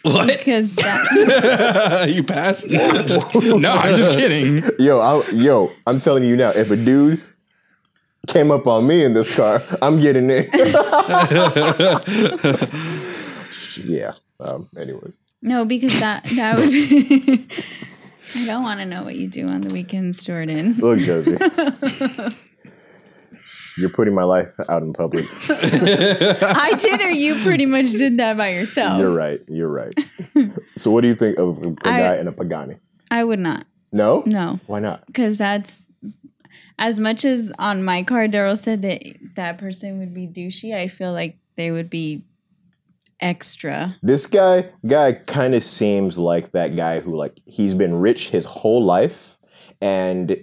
Speaker 1: What?
Speaker 4: Because that,
Speaker 1: you passed?
Speaker 3: no, I'm just kidding.
Speaker 2: Yo, I, yo, I'm telling you now, if a dude came up on me in this car, I'm getting it. yeah. Um, anyways,
Speaker 4: no, because that that would. Be, I don't want to know what you do on the weekends, Jordan.
Speaker 2: look, Josie, you're putting my life out in public.
Speaker 4: I did, or you pretty much did that by yourself.
Speaker 2: You're right. You're right. so, what do you think of a
Speaker 4: I-
Speaker 2: guy and a Pagani?
Speaker 4: I would not.
Speaker 2: No?
Speaker 4: No,
Speaker 2: Why not?
Speaker 4: because that's as much as on my car, Daryl said that that person would be douchey. I feel like they would be extra.
Speaker 2: This guy guy kind of seems like that guy who like he's been rich his whole life, and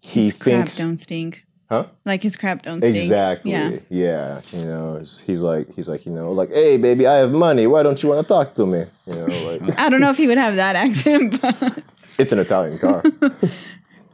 Speaker 2: he
Speaker 4: His
Speaker 2: thinks
Speaker 4: crap don't stink.
Speaker 2: huh.
Speaker 4: Like his crap don't stink.
Speaker 2: Exactly.
Speaker 4: Yeah.
Speaker 2: Yeah. You know, it's- he's like, he's like, you know, like, hey, baby, I have money. Why don't you want to talk to me? You know, like,
Speaker 4: I don't know if he would have that accent, but,
Speaker 2: it's an Italian car.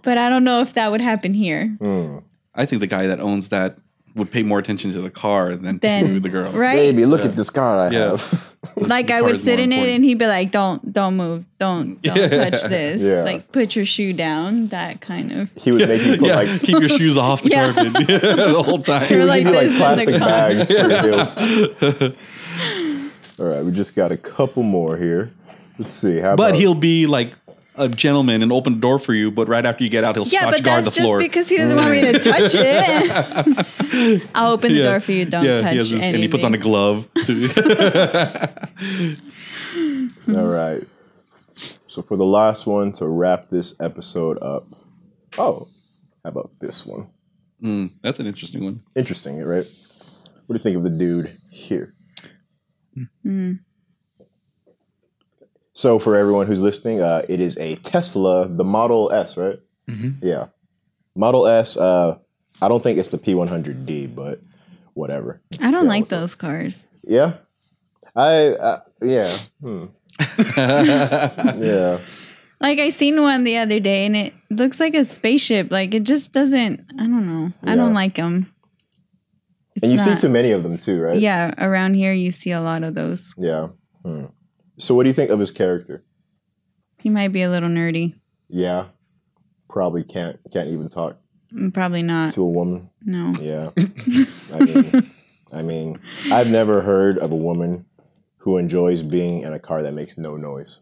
Speaker 4: but I don't know if that would happen here.
Speaker 2: Mm.
Speaker 1: I think the guy that owns that would pay more attention to the car than to
Speaker 4: Then,
Speaker 1: the girl.
Speaker 4: right?
Speaker 2: Baby, look at this car I
Speaker 1: Yeah.
Speaker 2: have.
Speaker 4: Like I
Speaker 1: car
Speaker 4: would
Speaker 1: is
Speaker 4: sit
Speaker 1: more
Speaker 4: in it
Speaker 1: important.
Speaker 4: and he'd be like, "Don't, don't move, don't, don't touch this.
Speaker 2: Yeah.
Speaker 4: Like put your shoe down." That kind of.
Speaker 2: he would make you put
Speaker 1: Yeah,
Speaker 2: like,
Speaker 1: keep your shoes off the
Speaker 4: Yeah.
Speaker 1: carpet the whole
Speaker 4: You're
Speaker 1: time.
Speaker 4: like
Speaker 2: be like
Speaker 4: this in
Speaker 2: plastic
Speaker 4: the
Speaker 2: bags
Speaker 4: car.
Speaker 2: for bills. All right, we just got a couple more here. Let's see. How
Speaker 1: But
Speaker 2: about-
Speaker 1: he'll be like a gentleman and open the door for you, but right after you get out, he'll
Speaker 4: Yeah,
Speaker 1: scotch
Speaker 4: but
Speaker 1: guard
Speaker 4: that's
Speaker 1: the
Speaker 4: just
Speaker 1: floor.
Speaker 4: because he doesn't want me to touch it. I'll open the
Speaker 1: Yeah.
Speaker 4: door for you. Don't
Speaker 1: yeah,
Speaker 4: touch
Speaker 1: he has this-
Speaker 4: anything.
Speaker 1: and he puts on a glove. To,
Speaker 2: All right. So for the last one to wrap this episode up. Oh, how about this one?
Speaker 1: Mm, that's an interesting one.
Speaker 2: Interesting, right? What do you think of the dude here?
Speaker 4: Mm.
Speaker 2: So, for everyone who's listening, uh, it is a Tesla, the Model S, right?
Speaker 4: Mm-hmm.
Speaker 3: Mhm.
Speaker 2: Yeah, Model S. Uh, I don't think it's the P100D, but whatever.
Speaker 4: I don't
Speaker 2: Yeah,
Speaker 4: like
Speaker 2: okay.
Speaker 4: those cars.
Speaker 2: Yeah, I. Uh, yeah, hmm. yeah.
Speaker 4: Like I seen one the other day, and it looks like a spaceship. Like it just doesn't. I don't know. I
Speaker 2: Yeah.
Speaker 4: don't like them. It's
Speaker 2: and you see
Speaker 4: not-
Speaker 2: too many of them too, right?
Speaker 4: Yeah, around here you see a lot of those.
Speaker 2: Yeah. Hmm. So, what do you think of his character?
Speaker 4: He might be a little nerdy.
Speaker 2: Yeah, probably can't can't even talk
Speaker 4: Mm, Probably not.
Speaker 2: to a woman.
Speaker 4: No.
Speaker 2: Yeah. I mean, I mean, I've never heard of a woman who enjoys being in a car that makes no noise.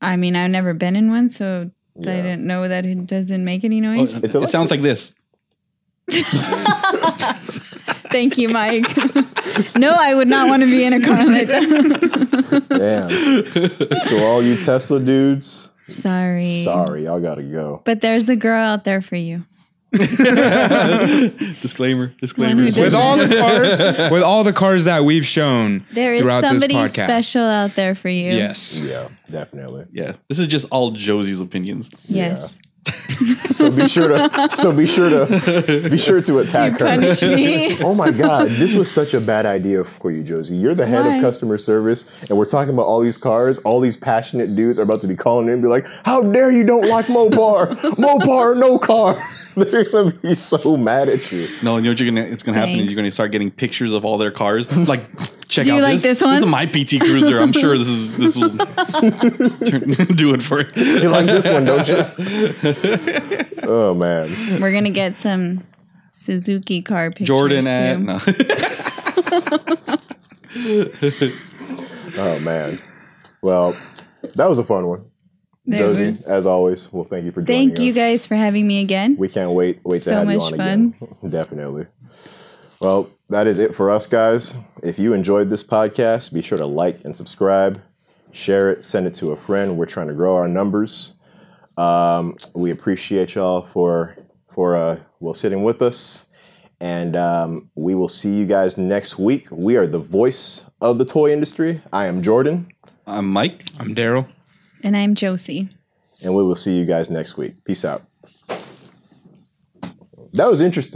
Speaker 4: I mean, I've never been in one, so I
Speaker 2: Yeah.
Speaker 4: didn't know that it doesn't make any
Speaker 1: Oh,
Speaker 4: noise.
Speaker 1: it sounds like this.
Speaker 4: Thank you, Mike. no, I would not want to be in a car like that.
Speaker 2: Damn. So all you Tesla dudes,
Speaker 4: Sorry.
Speaker 2: sorry, y'all gotta go.
Speaker 4: But there's a girl out there for you.
Speaker 1: disclaimer. Disclaimer.
Speaker 4: does-
Speaker 3: with all the cars, with all the cars that we've shown
Speaker 4: There is
Speaker 3: throughout
Speaker 4: somebody
Speaker 3: this podcast.
Speaker 4: special out there for you.
Speaker 3: Yes.
Speaker 2: Yeah, definitely.
Speaker 1: yeah, this is just all Josie's opinions.
Speaker 4: Yes.
Speaker 2: So be sure to so be sure to be sure to
Speaker 4: You
Speaker 2: attack her.
Speaker 4: punish me.
Speaker 2: Oh my god, this was such a bad idea for you, Josie. You're the head
Speaker 4: Why?
Speaker 2: of customer service, and we're talking about all these cars. All these passionate dudes are about to be calling in and be like, "How dare you don't like Mopar? Mopar, no car." They're gonna be so mad at you.
Speaker 1: No, you know what you're gonna it's gonna happen is
Speaker 4: Thanks.
Speaker 1: you're gonna start getting pictures of all their cars. Like check
Speaker 4: Do you
Speaker 1: out
Speaker 4: like
Speaker 1: this.
Speaker 4: this one?
Speaker 1: This is my PT Cruiser. I'm sure this is this will turn, do it for
Speaker 2: You like this one, don't you? oh man,
Speaker 4: We're gonna get some Suzuki car pictures.
Speaker 1: Jordan
Speaker 4: too.
Speaker 1: at
Speaker 3: uh,
Speaker 1: no.
Speaker 2: oh man. Well, that was a fun one,
Speaker 4: There it
Speaker 2: Josie.
Speaker 4: is.
Speaker 2: As always, well, thank you for joining
Speaker 4: Thank you
Speaker 2: us.
Speaker 4: guys for having me again.
Speaker 2: We can't wait wait to
Speaker 4: So
Speaker 2: have you
Speaker 4: much
Speaker 2: on again. Definitely. Well, that is it for us guys. If you enjoyed this podcast, be sure to like and subscribe, share it, send it to a friend. We're trying to grow our numbers. Um, we appreciate y'all for for uh, well sitting with us, and um, we will see you guys next week. We are the voice of the toy industry. I am Jordan,
Speaker 1: I'm Mike.
Speaker 3: I'm Daryl.
Speaker 4: And I'm Josie.
Speaker 2: and we will see you guys next week. Peace out. That was interesting.